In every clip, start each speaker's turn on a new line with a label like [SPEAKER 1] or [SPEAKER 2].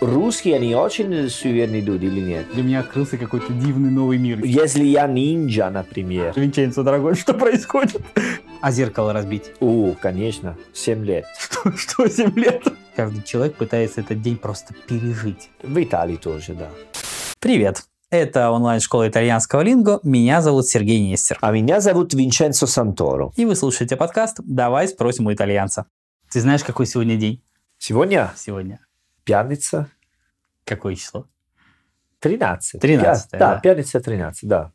[SPEAKER 1] Русские, они очень суверенны идут или нет?
[SPEAKER 2] Для меня открылся какой-то дивный новый мир.
[SPEAKER 1] Если я ниндзя, например.
[SPEAKER 2] Винченцо, дорогой, что происходит? А зеркало разбить?
[SPEAKER 1] У, конечно, 7 лет.
[SPEAKER 2] Что, что 7 лет? Каждый человек пытается этот день просто пережить.
[SPEAKER 1] В Италии тоже, да.
[SPEAKER 2] Привет. Это онлайн-школа итальянского линго. Меня зовут Сергей Нестер.
[SPEAKER 1] А меня зовут Винченцо Санторо.
[SPEAKER 2] И вы слушаете подкаст «Давай спросим у итальянца». Ты знаешь, какой сегодня день?
[SPEAKER 1] Сегодня
[SPEAKER 2] Сегодня.
[SPEAKER 1] пятница
[SPEAKER 2] Какое число?
[SPEAKER 1] 13.
[SPEAKER 2] 13,
[SPEAKER 1] Пя- да.
[SPEAKER 2] да.
[SPEAKER 1] пятница 13, да.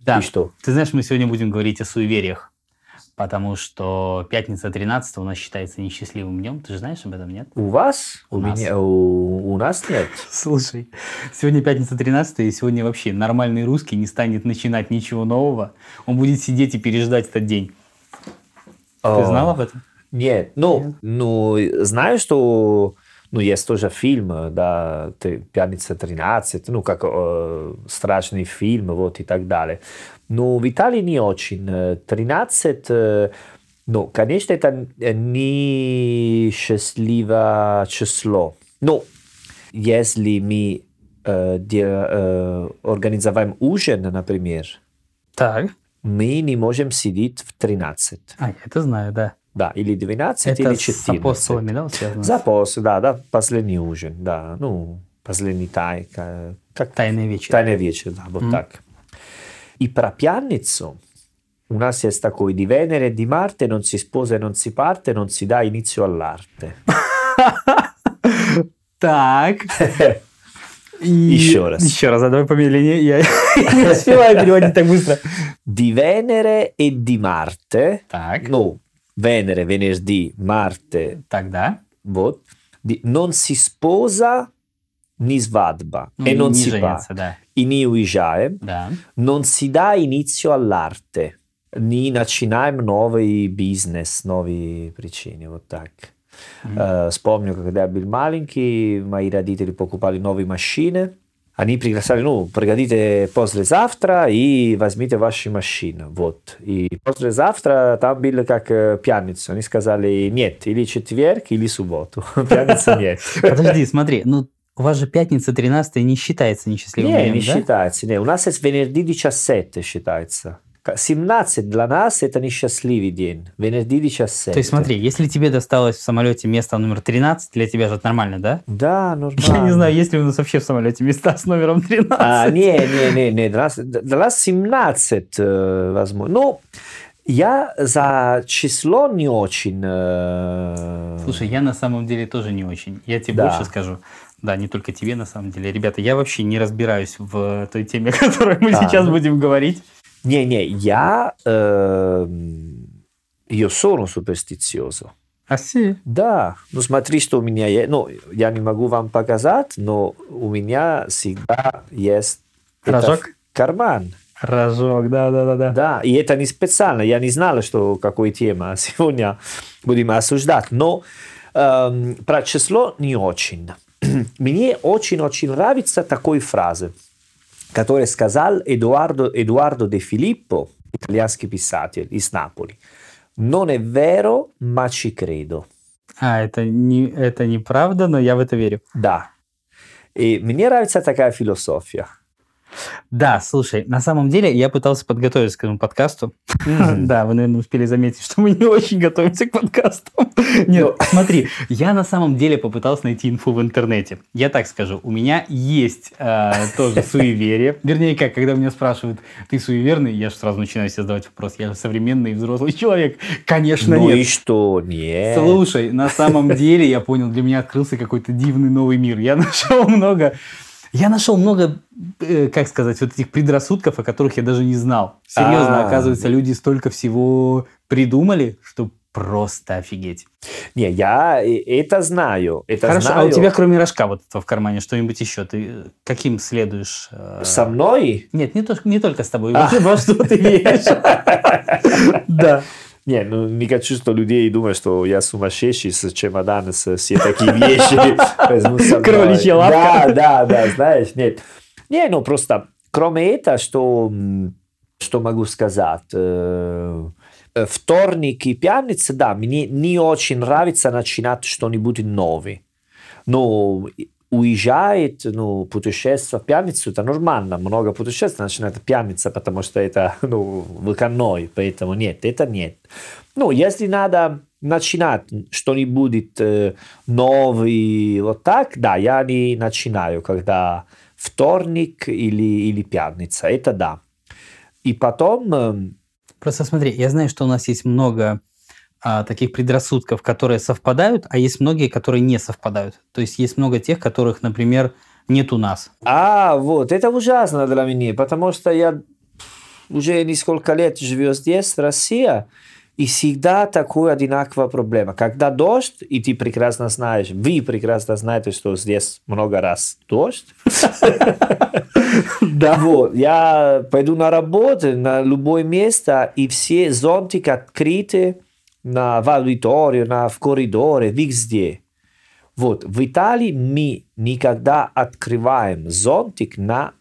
[SPEAKER 2] Да.
[SPEAKER 1] И что?
[SPEAKER 2] Ты знаешь, мы сегодня будем говорить о суевериях. Потому что пятница 13 у нас считается несчастливым днем. Ты же знаешь об этом, нет?
[SPEAKER 1] У вас?
[SPEAKER 2] У нас.
[SPEAKER 1] меня, у, у нас нет.
[SPEAKER 2] Слушай, сегодня пятница 13 и сегодня вообще нормальный русский не станет начинать ничего нового. Он будет сидеть и переждать этот день. Ты знал об этом?
[SPEAKER 1] Нет, ну, ну, знаю, что ну, есть тоже фильм, да, «Три- «Пятница 13», ну, как э, страшный фильм, вот, и так далее. Но в Италии не очень. Э, 13, э, ну, конечно, это э, не счастливое число. Но если мы э, дел- э, организовываем ужин, например,
[SPEAKER 2] Так.
[SPEAKER 1] мы не можем сидеть в 13,
[SPEAKER 2] А, я это знаю, да.
[SPEAKER 1] да, или 12, или
[SPEAKER 2] Это
[SPEAKER 1] 14.
[SPEAKER 2] с апостолами, да, вот связано?
[SPEAKER 1] Запас, да, да, последний ужин, да, ну, последний тай, ка- как
[SPEAKER 2] Тайный вечер.
[SPEAKER 1] тайный вечер, да, вот
[SPEAKER 2] Мгм.
[SPEAKER 1] так. И про пятницу у нас есть такой, di Venere e di Marte non si sposa e non si parte, non si dà inizio all'arte.
[SPEAKER 2] Так. И-
[SPEAKER 1] Еще раз.
[SPEAKER 2] Еще раз, а давай помедленнее. Я не успеваю переводить так быстро.
[SPEAKER 1] Di Venere e di Marte,
[SPEAKER 2] Так.
[SPEAKER 1] no, Venere, venerdì, Marte,
[SPEAKER 2] Тогда.
[SPEAKER 1] вот, di- non si sposa ni svadba
[SPEAKER 2] Ну,
[SPEAKER 1] e non
[SPEAKER 2] не
[SPEAKER 1] si
[SPEAKER 2] женятся,
[SPEAKER 1] parte.
[SPEAKER 2] да.
[SPEAKER 1] I ni uižajem,
[SPEAKER 2] Да.
[SPEAKER 1] non si dà inizio all'arte. Не начинаем новый бизнес, новые причины, вот так.
[SPEAKER 2] Мгм.
[SPEAKER 1] Э, вспомню, когда я был маленький, мои родители покупали новые машины. Они приглашали, ну, приходите послезавтра и возьмите ваши машины. Вот. И послезавтра там было как э, пятница. Они сказали нет, или четверг, или субботу. Пятница нет.
[SPEAKER 2] Подожди, смотри, ну у вас же пятница 13 не считается несчастливым
[SPEAKER 1] Не,
[SPEAKER 2] днем,
[SPEAKER 1] не
[SPEAKER 2] да?
[SPEAKER 1] считается. Не. У нас есть venerdì 17 считается. К- 17 для нас это несчастливый день. Venerdì 17.
[SPEAKER 2] То есть смотри, если тебе досталось в самолете место номер 13, для тебя же это нормально, да?
[SPEAKER 1] Да, нормально.
[SPEAKER 2] Я не знаю, есть ли у нас вообще в самолете места с номером 13.
[SPEAKER 1] А, не, не, не, не, для нас, для нас 17, э, возможно. Ну, я за число не очень... э,
[SPEAKER 2] Слушай, я на самом деле тоже не очень. Я тебе
[SPEAKER 1] Да.
[SPEAKER 2] больше скажу. Да, не только тебе на самом деле. Ребята, я вообще не разбираюсь в э, той теме, о которой мы
[SPEAKER 1] А,
[SPEAKER 2] сейчас
[SPEAKER 1] ну.
[SPEAKER 2] будем говорить.
[SPEAKER 1] Не, не, я... э, io sono superstizioso.
[SPEAKER 2] А си?
[SPEAKER 1] Да, ну смотри, что у меня есть. Ну, я не могу вам показать, но у меня всегда есть это
[SPEAKER 2] Рожок?
[SPEAKER 1] в карман.
[SPEAKER 2] Рожок, да-да-да.
[SPEAKER 1] Да, и это не специально. Я не знала, что какой тема сегодня будем осуждать. Но эм, про число не очень. Мне очень-очень нравится такой фраза, которую сказал Эдуардо, Эдуардо де Филиппо, итальянский писатель из Наполи. Non è vero, ma ci credo.
[SPEAKER 2] А, это, не, это неправда, но я в это верю.
[SPEAKER 1] Да. И мне нравится такая философия.
[SPEAKER 2] Да, слушай, на самом деле я пытался подготовиться к этому подкасту, Да, вы, наверное, успели заметить, что мы не очень готовимся к подкастам.
[SPEAKER 1] Ну.
[SPEAKER 2] Нет, смотри, я на самом деле попытался найти инфу в интернете. Я так скажу, у меня есть э, тоже суеверие. Вернее, как, когда меня спрашивают, ты суеверный, я же сразу начинаю себе задавать вопрос, я же современный и взрослый человек. Конечно,
[SPEAKER 1] Ну
[SPEAKER 2] нет.
[SPEAKER 1] и что? Нет.
[SPEAKER 2] Слушай, на самом деле, я понял, для меня открылся какой-то дивный новый мир. Я нашел много... Я нашел много, э, как сказать, вот этих предрассудков, о которых я даже не знал. Серьезно,
[SPEAKER 1] А.
[SPEAKER 2] оказывается, люди столько всего придумали, что просто офигеть.
[SPEAKER 1] Не, я э, это знаю. Это
[SPEAKER 2] Хорошо,
[SPEAKER 1] знаю.
[SPEAKER 2] а у тебя кроме рожка вот этого в кармане что-нибудь еще? Ты э, каким следуешь? э,
[SPEAKER 1] Со мной?
[SPEAKER 2] Нет, не, то- не только с тобой.
[SPEAKER 1] А.
[SPEAKER 2] Вообще, во что ты веришь? Да.
[SPEAKER 1] Не, ну, не хочу, что людей думают, что я сумасшедший с чемоданом, с все такие вещи. возьму со мной.
[SPEAKER 2] Кроличья лапка.
[SPEAKER 1] Да, да, да, знаешь, нет. Не, ну просто, кроме этого, что, м, что могу сказать? Э, вторник и пятница, да, мне не очень нравится начинать что-нибудь новое. Но уезжает, ну, путешествие в пятницу, это нормально, много путешествий начинает пятница, потому что это, ну, выходной, поэтому нет, это нет. Ну, если надо начинать что-нибудь э, новый, вот так, да, я не начинаю, когда вторник или, или пятница, это да. И потом... Э,
[SPEAKER 2] Просто смотри, я знаю, что у нас есть много а, таких предрассудков, которые совпадают, а есть многие, которые не совпадают. То есть есть много тех, которых, например, нет у нас.
[SPEAKER 1] А, вот, это ужасно для меня, потому что я уже несколько лет живу здесь, в России, и всегда такая одинаковая проблема. Когда дождь, и ты прекрасно знаешь, вы прекрасно знаете, что здесь много раз дождь. Да. Вот, я пойду на работу, на любое место, и все зонтики открыты на, в аудиторию, на, в коридоре, везде. Вот, в Италии мы никогда открываем зонтик на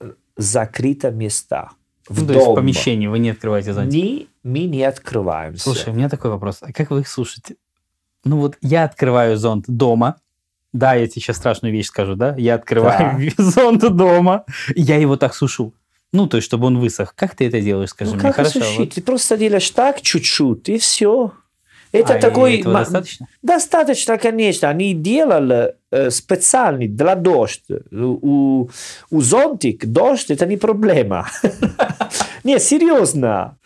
[SPEAKER 1] э, закрытых местах.
[SPEAKER 2] В Ну, То есть в помещении вы не открываете зонтик?
[SPEAKER 1] Ни, мы не открываемся.
[SPEAKER 2] Слушай, у меня такой вопрос. А как вы их слушаете? Ну вот я открываю зонт дома. Да, я тебе сейчас страшную вещь скажу, да? Я открываю да. зонт дома. Я его так сушу. Ну, то есть, чтобы он высох. Как ты это делаешь, скажи
[SPEAKER 1] ну,
[SPEAKER 2] мне?
[SPEAKER 1] Как
[SPEAKER 2] Хорошо.
[SPEAKER 1] Сушить? Вот. Ты просто делаешь так чуть-чуть, и все. Это а такой...
[SPEAKER 2] Этого достаточно?
[SPEAKER 1] Достаточно, конечно. Они делали э, специальный для дождь. У, у зонтик дождь – это не проблема. Не, серьезно.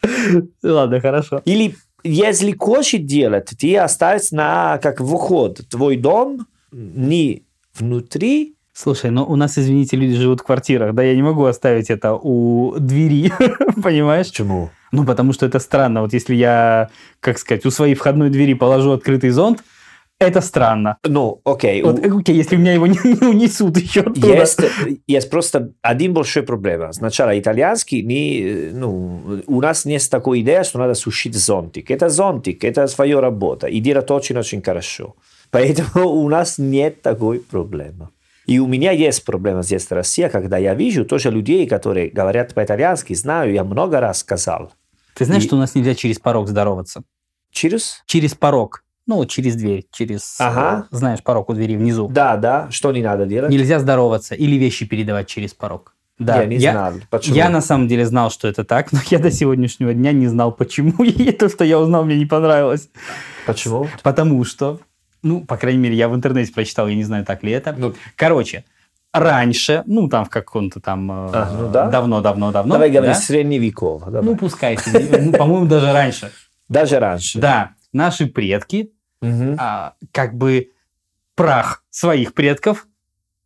[SPEAKER 2] Ладно, хорошо.
[SPEAKER 1] Или если хочешь делать, ты оставишь на как выход твой дом не внутри,
[SPEAKER 2] Слушай, ну у нас, извините, люди живут в квартирах, да, я не могу оставить это у двери, понимаешь?
[SPEAKER 1] Почему?
[SPEAKER 2] Ну, потому что это странно. Вот если я, как сказать, у своей входной двери положу открытый зонт, это странно.
[SPEAKER 1] Ну, окей.
[SPEAKER 2] Вот, окей, если меня его не, не унесут еще оттуда.
[SPEAKER 1] Есть, есть просто один большой проблема. Сначала итальянский, не, ну, у нас нет такой идеи, что надо сушить зонтик. Это зонтик, это своя работа. И делать очень-очень хорошо. Поэтому у нас нет такой проблемы. И у меня есть проблема здесь в России, когда я вижу тоже людей, которые говорят по-итальянски, знаю, я много раз сказал.
[SPEAKER 2] Ты знаешь, и... что у нас нельзя через порог здороваться?
[SPEAKER 1] Через?
[SPEAKER 2] Через порог. Ну, через дверь, через,
[SPEAKER 1] ага.
[SPEAKER 2] э, знаешь, порог у двери внизу.
[SPEAKER 1] Да, да, что не надо делать?
[SPEAKER 2] Нельзя здороваться или вещи передавать через порог. Да,
[SPEAKER 1] я не я, знал, почему.
[SPEAKER 2] Я на самом деле знал, что это так, но я до сегодняшнего дня не знал, почему. И то, что я узнал, мне не понравилось.
[SPEAKER 1] Почему?
[SPEAKER 2] Потому что ну, по крайней мере, я в интернете прочитал, я не знаю, так ли это.
[SPEAKER 1] Ну,
[SPEAKER 2] Короче, раньше, ну, там в каком-то там э,
[SPEAKER 1] давно-давно-давно. А, ну, да?
[SPEAKER 2] Давно, давно, давно,
[SPEAKER 1] давай говорим да? средневеково. Давай.
[SPEAKER 2] Ну, пускай, ну, по-моему, даже раньше.
[SPEAKER 1] Даже раньше.
[SPEAKER 2] Да, наши предки
[SPEAKER 1] угу.
[SPEAKER 2] а, как бы прах своих предков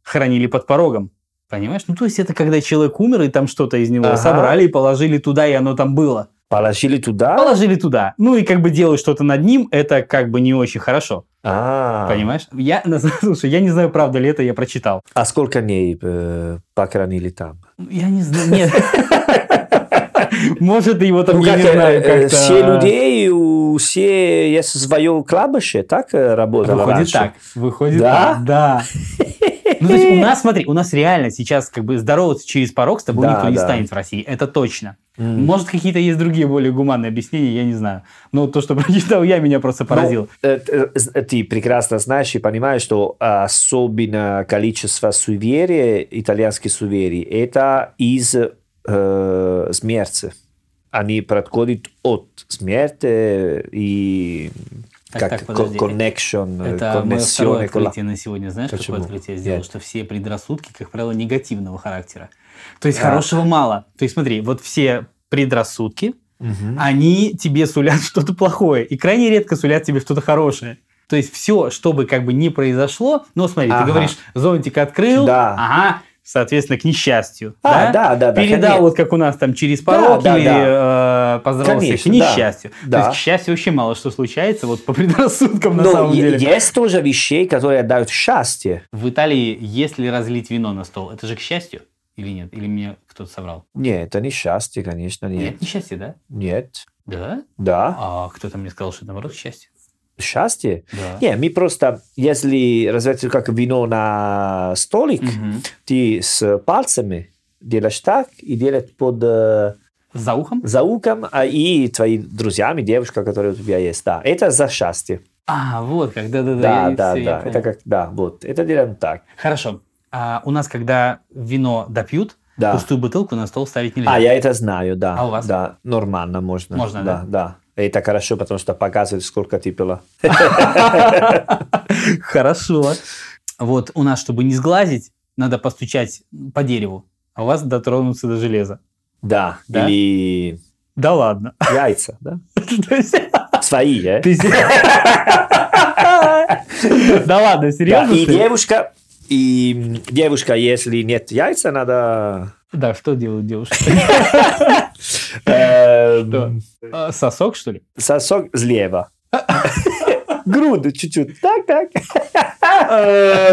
[SPEAKER 2] хранили под порогом. Понимаешь? Ну, то есть это когда человек умер, и там что-то из него ага. собрали и положили туда, и оно там было.
[SPEAKER 1] Положили туда?
[SPEAKER 2] Положили туда. Ну и как бы делать что-то над ним, это как бы не очень хорошо.
[SPEAKER 1] А.
[SPEAKER 2] Понимаешь? Я, слушай, я не знаю, правда ли это, я прочитал.
[SPEAKER 1] А сколько дней э, похоронили там?
[SPEAKER 2] Я не знаю, нет. Может, его там, я не знаю, как-то...
[SPEAKER 1] Ну, э, Все людей, у все есть свое кладбище, так э, работало
[SPEAKER 2] Выходит так. Выходит так, да. Ну, то есть у нас, смотри, у нас реально сейчас как бы здороваться через порог с тобой
[SPEAKER 1] Да,
[SPEAKER 2] никто не
[SPEAKER 1] да.
[SPEAKER 2] станет в России, это точно.
[SPEAKER 1] М.
[SPEAKER 2] Может, какие-то есть другие более гуманные объяснения, я не знаю. Но то, что прочитал я, меня просто поразило.
[SPEAKER 1] Ну, э, э, э, ты прекрасно знаешь и понимаешь, что особенно количество суеверий, итальянских суеверий, это из э, смерти. Они происходят от смерти и
[SPEAKER 2] Так,
[SPEAKER 1] как
[SPEAKER 2] так,
[SPEAKER 1] ко-
[SPEAKER 2] подожди.
[SPEAKER 1] connection, э,
[SPEAKER 2] Это мое второе
[SPEAKER 1] connessione con la-
[SPEAKER 2] открытие на сегодня. Знаешь,
[SPEAKER 1] Почему?
[SPEAKER 2] какое открытие я сделал?
[SPEAKER 1] Нет.
[SPEAKER 2] Что все предрассудки, как правило, негативного характера. То есть
[SPEAKER 1] А.
[SPEAKER 2] хорошего мало. То есть смотри, вот все предрассудки,
[SPEAKER 1] Мгм.
[SPEAKER 2] они тебе сулят что-то плохое. И крайне редко сулят тебе что-то хорошее. То есть все, что бы как бы не произошло, ну смотри,
[SPEAKER 1] Ага.
[SPEAKER 2] ты говоришь, зонтик открыл,
[SPEAKER 1] Да.
[SPEAKER 2] ага, соответственно, к несчастью.
[SPEAKER 1] А, да, да, да,
[SPEAKER 2] Передал,
[SPEAKER 1] конечно.
[SPEAKER 2] вот как у нас там через порог
[SPEAKER 1] да,
[SPEAKER 2] или э, поздоровался
[SPEAKER 1] Конечно,
[SPEAKER 2] к
[SPEAKER 1] да.
[SPEAKER 2] несчастью.
[SPEAKER 1] Да.
[SPEAKER 2] То есть, к счастью, вообще мало что случается, вот по предрассудкам на
[SPEAKER 1] Но
[SPEAKER 2] самом
[SPEAKER 1] Ну, е-
[SPEAKER 2] деле.
[SPEAKER 1] есть тоже вещи, которые дают счастье.
[SPEAKER 2] В Италии, если разлить вино на стол, это же к счастью или нет? Или мне кто-то соврал?
[SPEAKER 1] Нет, это не счастье, конечно, нет.
[SPEAKER 2] Нет, не счастье, да?
[SPEAKER 1] Нет.
[SPEAKER 2] Да?
[SPEAKER 1] Да.
[SPEAKER 2] А кто-то мне сказал, что это, наоборот счастье.
[SPEAKER 1] Счастье?
[SPEAKER 2] Да.
[SPEAKER 1] Не, мы просто, если разве как вино на столик,
[SPEAKER 2] Мгм.
[SPEAKER 1] ты с пальцами делаешь так и делаешь под э,
[SPEAKER 2] За ухом?
[SPEAKER 1] За ухом а и твоими друзьями, девушка, которая у тебя есть. Да, это за счастье.
[SPEAKER 2] А, вот как, да-да-да.
[SPEAKER 1] Да,
[SPEAKER 2] я-
[SPEAKER 1] да,
[SPEAKER 2] всё, я
[SPEAKER 1] да.
[SPEAKER 2] понял.
[SPEAKER 1] Это как, да, вот. Это делаем так.
[SPEAKER 2] Хорошо. А у нас, когда вино допьют,
[SPEAKER 1] Да.
[SPEAKER 2] пустую бутылку на стол ставить нельзя.
[SPEAKER 1] А, я это знаю, да.
[SPEAKER 2] А у вас?
[SPEAKER 1] Да, нормально можно.
[SPEAKER 2] Можно,
[SPEAKER 1] да? Да, Это хорошо, потому что показывает, сколько ты пила.
[SPEAKER 2] Хорошо. Вот у нас, чтобы не сглазить, надо постучать по дереву, а у вас дотронуться до железа.
[SPEAKER 1] Да.
[SPEAKER 2] Да?
[SPEAKER 1] Или
[SPEAKER 2] Да ладно.
[SPEAKER 1] яйца, да?
[SPEAKER 2] То есть
[SPEAKER 1] Свои, э?
[SPEAKER 2] ты се- Да ладно,
[SPEAKER 1] Да,
[SPEAKER 2] серьезно?
[SPEAKER 1] и
[SPEAKER 2] что ли?
[SPEAKER 1] девушка, и м, девушка, если нет яйца, надо...
[SPEAKER 2] Да, что делают девушки?
[SPEAKER 1] э,
[SPEAKER 2] Что? А, Сосок, что ли?
[SPEAKER 1] Сосок слева. Груду чуть-чуть. Так, так. Э,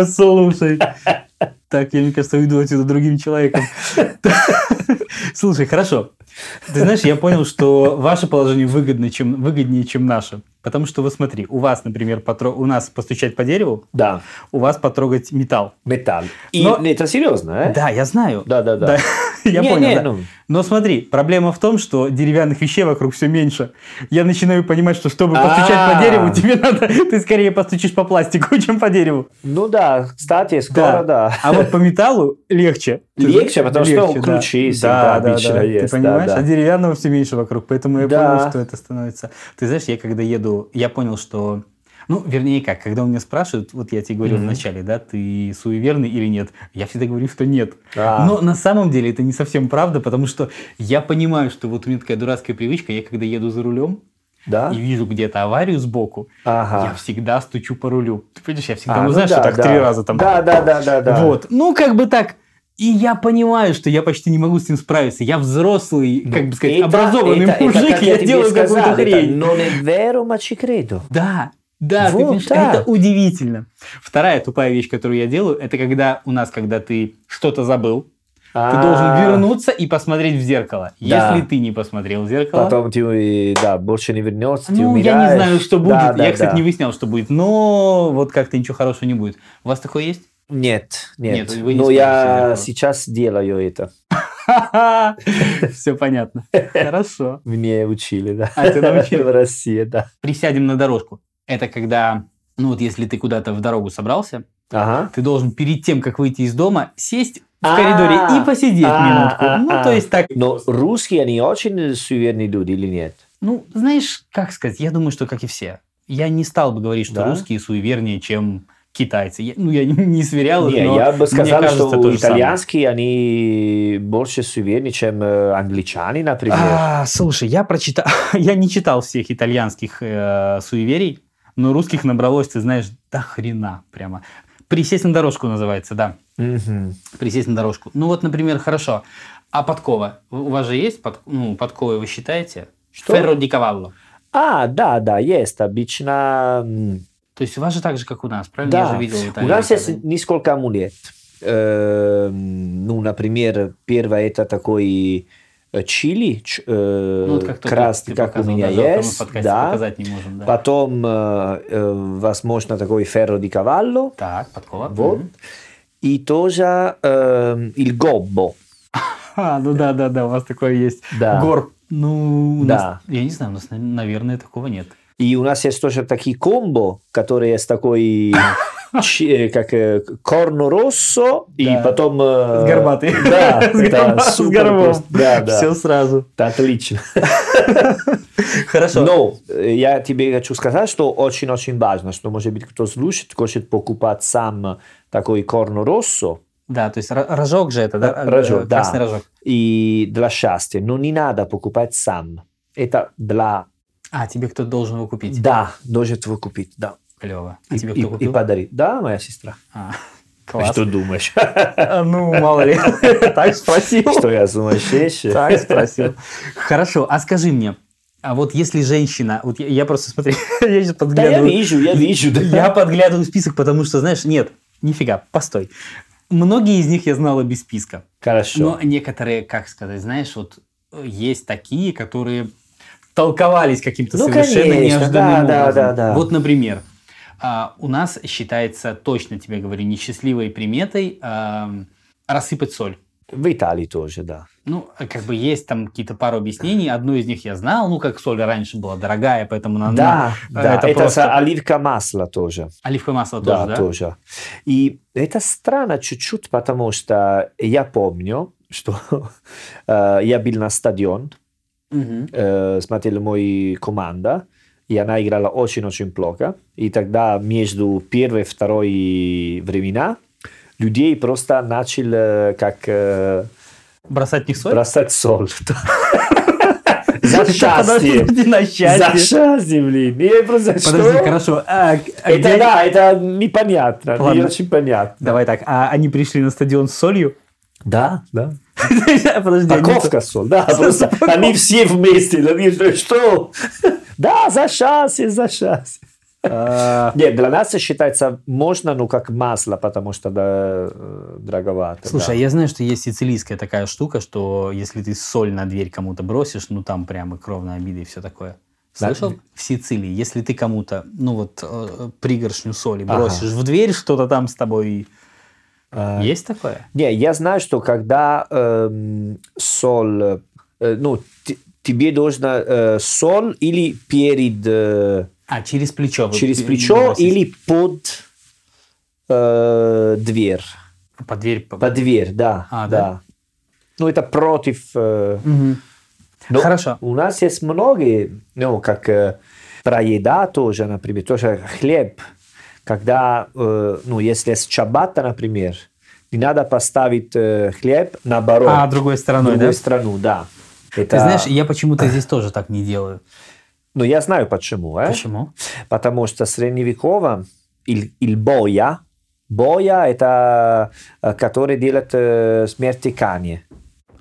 [SPEAKER 2] А, Слушай. Так, я, мне кажется, уйду отсюда другим человеком. Слушай, хорошо. Ты знаешь, я понял, что ваше положение выгодно, чем, выгоднее, чем наше. Потому что, вот смотри, у вас, например, потро- у нас постучать по дереву,
[SPEAKER 1] Да,
[SPEAKER 2] у вас потрогать металл.
[SPEAKER 1] металл. И
[SPEAKER 2] Но-
[SPEAKER 1] это серьезно, э?
[SPEAKER 2] Да, я знаю.
[SPEAKER 1] Да, да, да.
[SPEAKER 2] Я
[SPEAKER 1] Не,
[SPEAKER 2] понял.
[SPEAKER 1] не,
[SPEAKER 2] да.
[SPEAKER 1] ну.
[SPEAKER 2] Но смотри, проблема в том, что деревянных вещей вокруг все меньше. Я начинаю понимать, что чтобы постучать по
[SPEAKER 1] А.
[SPEAKER 2] дереву, тебе надо, ты скорее постучишь по пластику, чем по дереву.
[SPEAKER 1] Ну да, кстати, скоро да.
[SPEAKER 2] А вот по металлу легче.
[SPEAKER 1] Легче, потому что
[SPEAKER 2] Легче, да.
[SPEAKER 1] ключи
[SPEAKER 2] Да,
[SPEAKER 1] всегда
[SPEAKER 2] да,
[SPEAKER 1] обычно
[SPEAKER 2] да.
[SPEAKER 1] есть,
[SPEAKER 2] Ты
[SPEAKER 1] да,
[SPEAKER 2] понимаешь,
[SPEAKER 1] да.
[SPEAKER 2] а деревянного все меньше вокруг, поэтому я
[SPEAKER 1] Да.
[SPEAKER 2] понял, что это становится. Ты знаешь, я когда еду, я понял, что ну, вернее как, когда у меня спрашивают, вот я тебе говорил
[SPEAKER 1] Мгм.
[SPEAKER 2] вначале, да, ты суеверный или нет, я всегда говорю, что нет.
[SPEAKER 1] А.
[SPEAKER 2] Но на самом деле это не совсем правда, потому что я понимаю, что вот у меня такая дурацкая привычка, я когда еду за рулем
[SPEAKER 1] Да?
[SPEAKER 2] и вижу где-то аварию сбоку, я
[SPEAKER 1] Ага.
[SPEAKER 2] всегда стучу по рулю. Ты понимаешь, я всегда,
[SPEAKER 1] А,
[SPEAKER 2] ну,
[SPEAKER 1] ну
[SPEAKER 2] знаешь,
[SPEAKER 1] да,
[SPEAKER 2] что так
[SPEAKER 1] да.
[SPEAKER 2] три раза там.
[SPEAKER 1] Да, да, да, да, да.
[SPEAKER 2] Вот. Ну, как бы так. И я понимаю, что я почти не могу с ним справиться. Я взрослый, как бы сказать,
[SPEAKER 1] Ну, Это-
[SPEAKER 2] образованный
[SPEAKER 1] это- это
[SPEAKER 2] мужик,
[SPEAKER 1] как
[SPEAKER 2] я,
[SPEAKER 1] тебе
[SPEAKER 2] делаю
[SPEAKER 1] сказал,
[SPEAKER 2] какую-то хрень.
[SPEAKER 1] это «но не веру, ма чи креду».
[SPEAKER 2] Да, да, ты
[SPEAKER 1] Вот
[SPEAKER 2] понимаешь,
[SPEAKER 1] так.
[SPEAKER 2] это удивительно. Вторая тупая вещь, которую я делаю, это когда у нас, когда ты что-то забыл, ты
[SPEAKER 1] А,
[SPEAKER 2] должен вернуться и посмотреть в зеркало.
[SPEAKER 1] Да.
[SPEAKER 2] Если ты не посмотрел в зеркало,
[SPEAKER 1] Потом ты, э, да, больше не вернешься, ты
[SPEAKER 2] ну,
[SPEAKER 1] умираешь.
[SPEAKER 2] я не знаю, что будет.
[SPEAKER 1] Да, да,
[SPEAKER 2] я, кстати,
[SPEAKER 1] да.
[SPEAKER 2] не выяснял, что будет, но вот как-то ничего хорошего не будет. У вас такое есть?
[SPEAKER 1] Нет, нет.
[SPEAKER 2] Нет, вы не
[SPEAKER 1] Но я
[SPEAKER 2] смотрите,
[SPEAKER 1] сейчас делаю это.
[SPEAKER 2] Все понятно. Хорошо.
[SPEAKER 1] Мне учили, да.
[SPEAKER 2] А, ты научил?
[SPEAKER 1] В России, да.
[SPEAKER 2] присядем на дорожку. Это когда, ну вот если ты куда-то в дорогу собрался,
[SPEAKER 1] Ага.
[SPEAKER 2] ты должен перед тем, как выйти из дома, сесть в
[SPEAKER 1] А,
[SPEAKER 2] коридоре и посидеть
[SPEAKER 1] а,
[SPEAKER 2] минутку.
[SPEAKER 1] а,
[SPEAKER 2] Ну,
[SPEAKER 1] а.
[SPEAKER 2] то есть так,
[SPEAKER 1] Но русские, они очень суверенные люди или нет?
[SPEAKER 2] ну, знаешь, как сказать, я думаю, что как и все. Я не стал бы говорить, что
[SPEAKER 1] Да?
[SPEAKER 2] русские суевернее, чем китайцы. Я- ну, я не, не сверял их,
[SPEAKER 1] Не,
[SPEAKER 2] но
[SPEAKER 1] я бы сказал,
[SPEAKER 2] мне кажется, то
[SPEAKER 1] что
[SPEAKER 2] же самое.
[SPEAKER 1] итальянские, они больше суверенны, чем э, англичане, например.
[SPEAKER 2] А, слушай, я прочитал, я не читал всех итальянских э, суеверий, но русских набралось, ты знаешь, до хрена прямо. Присесть на дорожку называется, да.
[SPEAKER 1] Мгм.
[SPEAKER 2] присесть на дорожку. Ну вот, например, хорошо. А подкова? У у вас же есть под, ну, подковы, вы считаете?
[SPEAKER 1] Что?
[SPEAKER 2] Ферро ди кавалло.
[SPEAKER 1] А, да, да, есть. Обычно м,
[SPEAKER 2] То есть у вас же так же, как у нас, правильно? Я
[SPEAKER 1] Да.
[SPEAKER 2] же видел в
[SPEAKER 1] У
[SPEAKER 2] Италии
[SPEAKER 1] нас
[SPEAKER 2] это.
[SPEAKER 1] есть несколько амулет. Эм, Ну, например, первое это такой э, чили, ч- э,
[SPEAKER 2] Ну, вот как тот,
[SPEAKER 1] красный,
[SPEAKER 2] ты
[SPEAKER 1] как у
[SPEAKER 2] показывал,
[SPEAKER 1] меня
[SPEAKER 2] да, золотом в
[SPEAKER 1] есть.
[SPEAKER 2] подкасте
[SPEAKER 1] Да.
[SPEAKER 2] показать не можем, да.
[SPEAKER 1] Потом, э, э, возможно, такой ферро ди кавалло.
[SPEAKER 2] Так, подкова.
[SPEAKER 1] Вот.
[SPEAKER 2] Мгм.
[SPEAKER 1] И тоже эм, иль гоббо.
[SPEAKER 2] А, ну да, да, да, у вас такое есть.
[SPEAKER 1] Да.
[SPEAKER 2] Горб. Ну, у
[SPEAKER 1] Да.
[SPEAKER 2] нас- я не знаю, у нас, наверное, такого нет.
[SPEAKER 1] И у нас есть тоже такие комбо, которые есть такой, чи- э, как э, корно россо, и
[SPEAKER 2] Да.
[SPEAKER 1] потом... э,
[SPEAKER 2] С горбатой.
[SPEAKER 1] Да,
[SPEAKER 2] С
[SPEAKER 1] это
[SPEAKER 2] горба- с
[SPEAKER 1] супер
[SPEAKER 2] горбом.
[SPEAKER 1] просто. Да, да.
[SPEAKER 2] Все сразу.
[SPEAKER 1] Это отлично.
[SPEAKER 2] Хорошо.
[SPEAKER 1] Но э, я тебе хочу сказать, что очень-очень важно, что, может быть, кто слушает, хочет покупать сам такой корно россо
[SPEAKER 2] Да, то есть ро- рожок же это, да?
[SPEAKER 1] Да, рожок,
[SPEAKER 2] Э,
[SPEAKER 1] да.
[SPEAKER 2] Красный рожок.
[SPEAKER 1] и для счастья. Но не надо покупать сам. Это для...
[SPEAKER 2] А, тебе кто-то должен его купить.
[SPEAKER 1] Да, должен его купить, да.
[SPEAKER 2] Клево.
[SPEAKER 1] и,
[SPEAKER 2] А тебе
[SPEAKER 1] и-
[SPEAKER 2] кто
[SPEAKER 1] и
[SPEAKER 2] купил?
[SPEAKER 1] подарить. Да, моя сестра.
[SPEAKER 2] А,
[SPEAKER 1] А
[SPEAKER 2] класс.
[SPEAKER 1] Что думаешь?
[SPEAKER 2] А, Ну, мало ли. Так спросил.
[SPEAKER 1] Что я сумасшедший?
[SPEAKER 2] Так спросил. Хорошо, а скажи мне, а вот если женщина, вот я, я просто смотри, я сейчас
[SPEAKER 1] Да, я
[SPEAKER 2] подглядываю.
[SPEAKER 1] вижу, я вижу. да.
[SPEAKER 2] Я подглядываю список, потому что, знаешь, нет, нифига, постой. Многие из них я знала без списка.
[SPEAKER 1] Хорошо.
[SPEAKER 2] Но некоторые, как сказать, знаешь, вот э, есть такие, которые толковались каким-то
[SPEAKER 1] Ну,
[SPEAKER 2] совершенно
[SPEAKER 1] конечно, да,
[SPEAKER 2] неожиданным
[SPEAKER 1] да,
[SPEAKER 2] образом.
[SPEAKER 1] да, да.
[SPEAKER 2] Вот, например, а, у нас считается, точно тебе говорю, несчастливой приметой ам, рассыпать соль.
[SPEAKER 1] В Италии тоже, да.
[SPEAKER 2] Ну, как бы есть там какие-то пару объяснений. Одну из них я знал, ну, как соль раньше была дорогая, поэтому она...
[SPEAKER 1] Да,
[SPEAKER 2] она-
[SPEAKER 1] да, это,
[SPEAKER 2] просто-
[SPEAKER 1] с- оливка масла тоже.
[SPEAKER 2] Оливковое масло
[SPEAKER 1] Да,
[SPEAKER 2] тоже, да?
[SPEAKER 1] тоже. И это странно чуть-чуть, потому что я помню, что э, я был на стадион,
[SPEAKER 2] Мгм.
[SPEAKER 1] э, смотрели мои команда, и она играла очень-очень плохо. И тогда между первой и второй времена людей просто начали э, как э,
[SPEAKER 2] Бросать в них соль?
[SPEAKER 1] бросать соль. За счастье.
[SPEAKER 2] Подожди, на
[SPEAKER 1] За
[SPEAKER 2] счастье.
[SPEAKER 1] счастье, блин. Я просто,
[SPEAKER 2] Подожди,
[SPEAKER 1] что?
[SPEAKER 2] хорошо. а, а
[SPEAKER 1] Это
[SPEAKER 2] где-
[SPEAKER 1] да, это непонятно, не
[SPEAKER 2] Ладно.
[SPEAKER 1] очень понятно.
[SPEAKER 2] Давай так, а они пришли на стадион с солью?
[SPEAKER 1] Да, да. А
[SPEAKER 2] Подожди, они-
[SPEAKER 1] Упаковка соль, да, просто они все вместе, они что, что? Да, за счастье, за счастье.
[SPEAKER 2] А,
[SPEAKER 1] Нет, для нас считается можно, ну, как масло, потому что да, э, дороговато.
[SPEAKER 2] Слушай,
[SPEAKER 1] да.
[SPEAKER 2] а я знаю, что есть сицилийская такая штука, что если ты соль на дверь кому-то бросишь, ну там прямо кровная обида и все такое.
[SPEAKER 1] Да.
[SPEAKER 2] Слышал? В Сицилии, если ты кому-то, ну вот, э, пригоршню соли
[SPEAKER 1] Ага.
[SPEAKER 2] бросишь в дверь, что-то там с тобой... Есть такое?
[SPEAKER 1] Не, я знаю, что когда эм, соль, э, ну, т- тебе должна э, соль или перед, э,
[SPEAKER 2] А, через плечо. вы
[SPEAKER 1] через
[SPEAKER 2] пи-
[SPEAKER 1] плечо
[SPEAKER 2] бросите.
[SPEAKER 1] или под э, дверь.
[SPEAKER 2] Под дверь. по-
[SPEAKER 1] Под дверь, да.
[SPEAKER 2] А, да?
[SPEAKER 1] да. Ну, это против... э,
[SPEAKER 2] Мгм.
[SPEAKER 1] Ну,
[SPEAKER 2] Хорошо.
[SPEAKER 1] У нас есть многие, ну, как э, про еда тоже, например, тоже хлеб. Когда, э, ну, если с чабата, например, не надо поставить э, хлеб наоборот.
[SPEAKER 2] А, другой стороной,
[SPEAKER 1] другую
[SPEAKER 2] да?
[SPEAKER 1] страну, да. Это,
[SPEAKER 2] Ты знаешь, я почему-то здесь тоже так не делаю.
[SPEAKER 1] Ну, я знаю почему. э.
[SPEAKER 2] Почему?
[SPEAKER 1] Потому что средневеково или или боя, боя это э, который делает э, смерти Кани.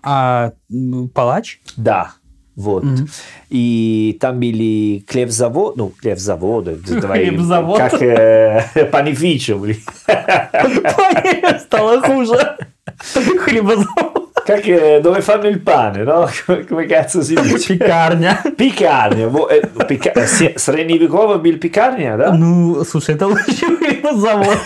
[SPEAKER 2] А м, палач?
[SPEAKER 1] Да, вот.
[SPEAKER 2] Мгм.
[SPEAKER 1] И там были хлебзавод, ну, хлебзаводы, давай,
[SPEAKER 2] Хлебзавод.
[SPEAKER 1] как э, панифичо, блин.
[SPEAKER 2] Понятно, Стало хуже. Хлебозавод.
[SPEAKER 1] Как, э, dove fanno il pane, no? Come cazzo si dice?
[SPEAKER 2] Пекарня.
[SPEAKER 1] Пекарня. Во, э, пека- э, се- Средневековая был пекарня, да?
[SPEAKER 2] Ну, слушай, это лучше хлебозавод.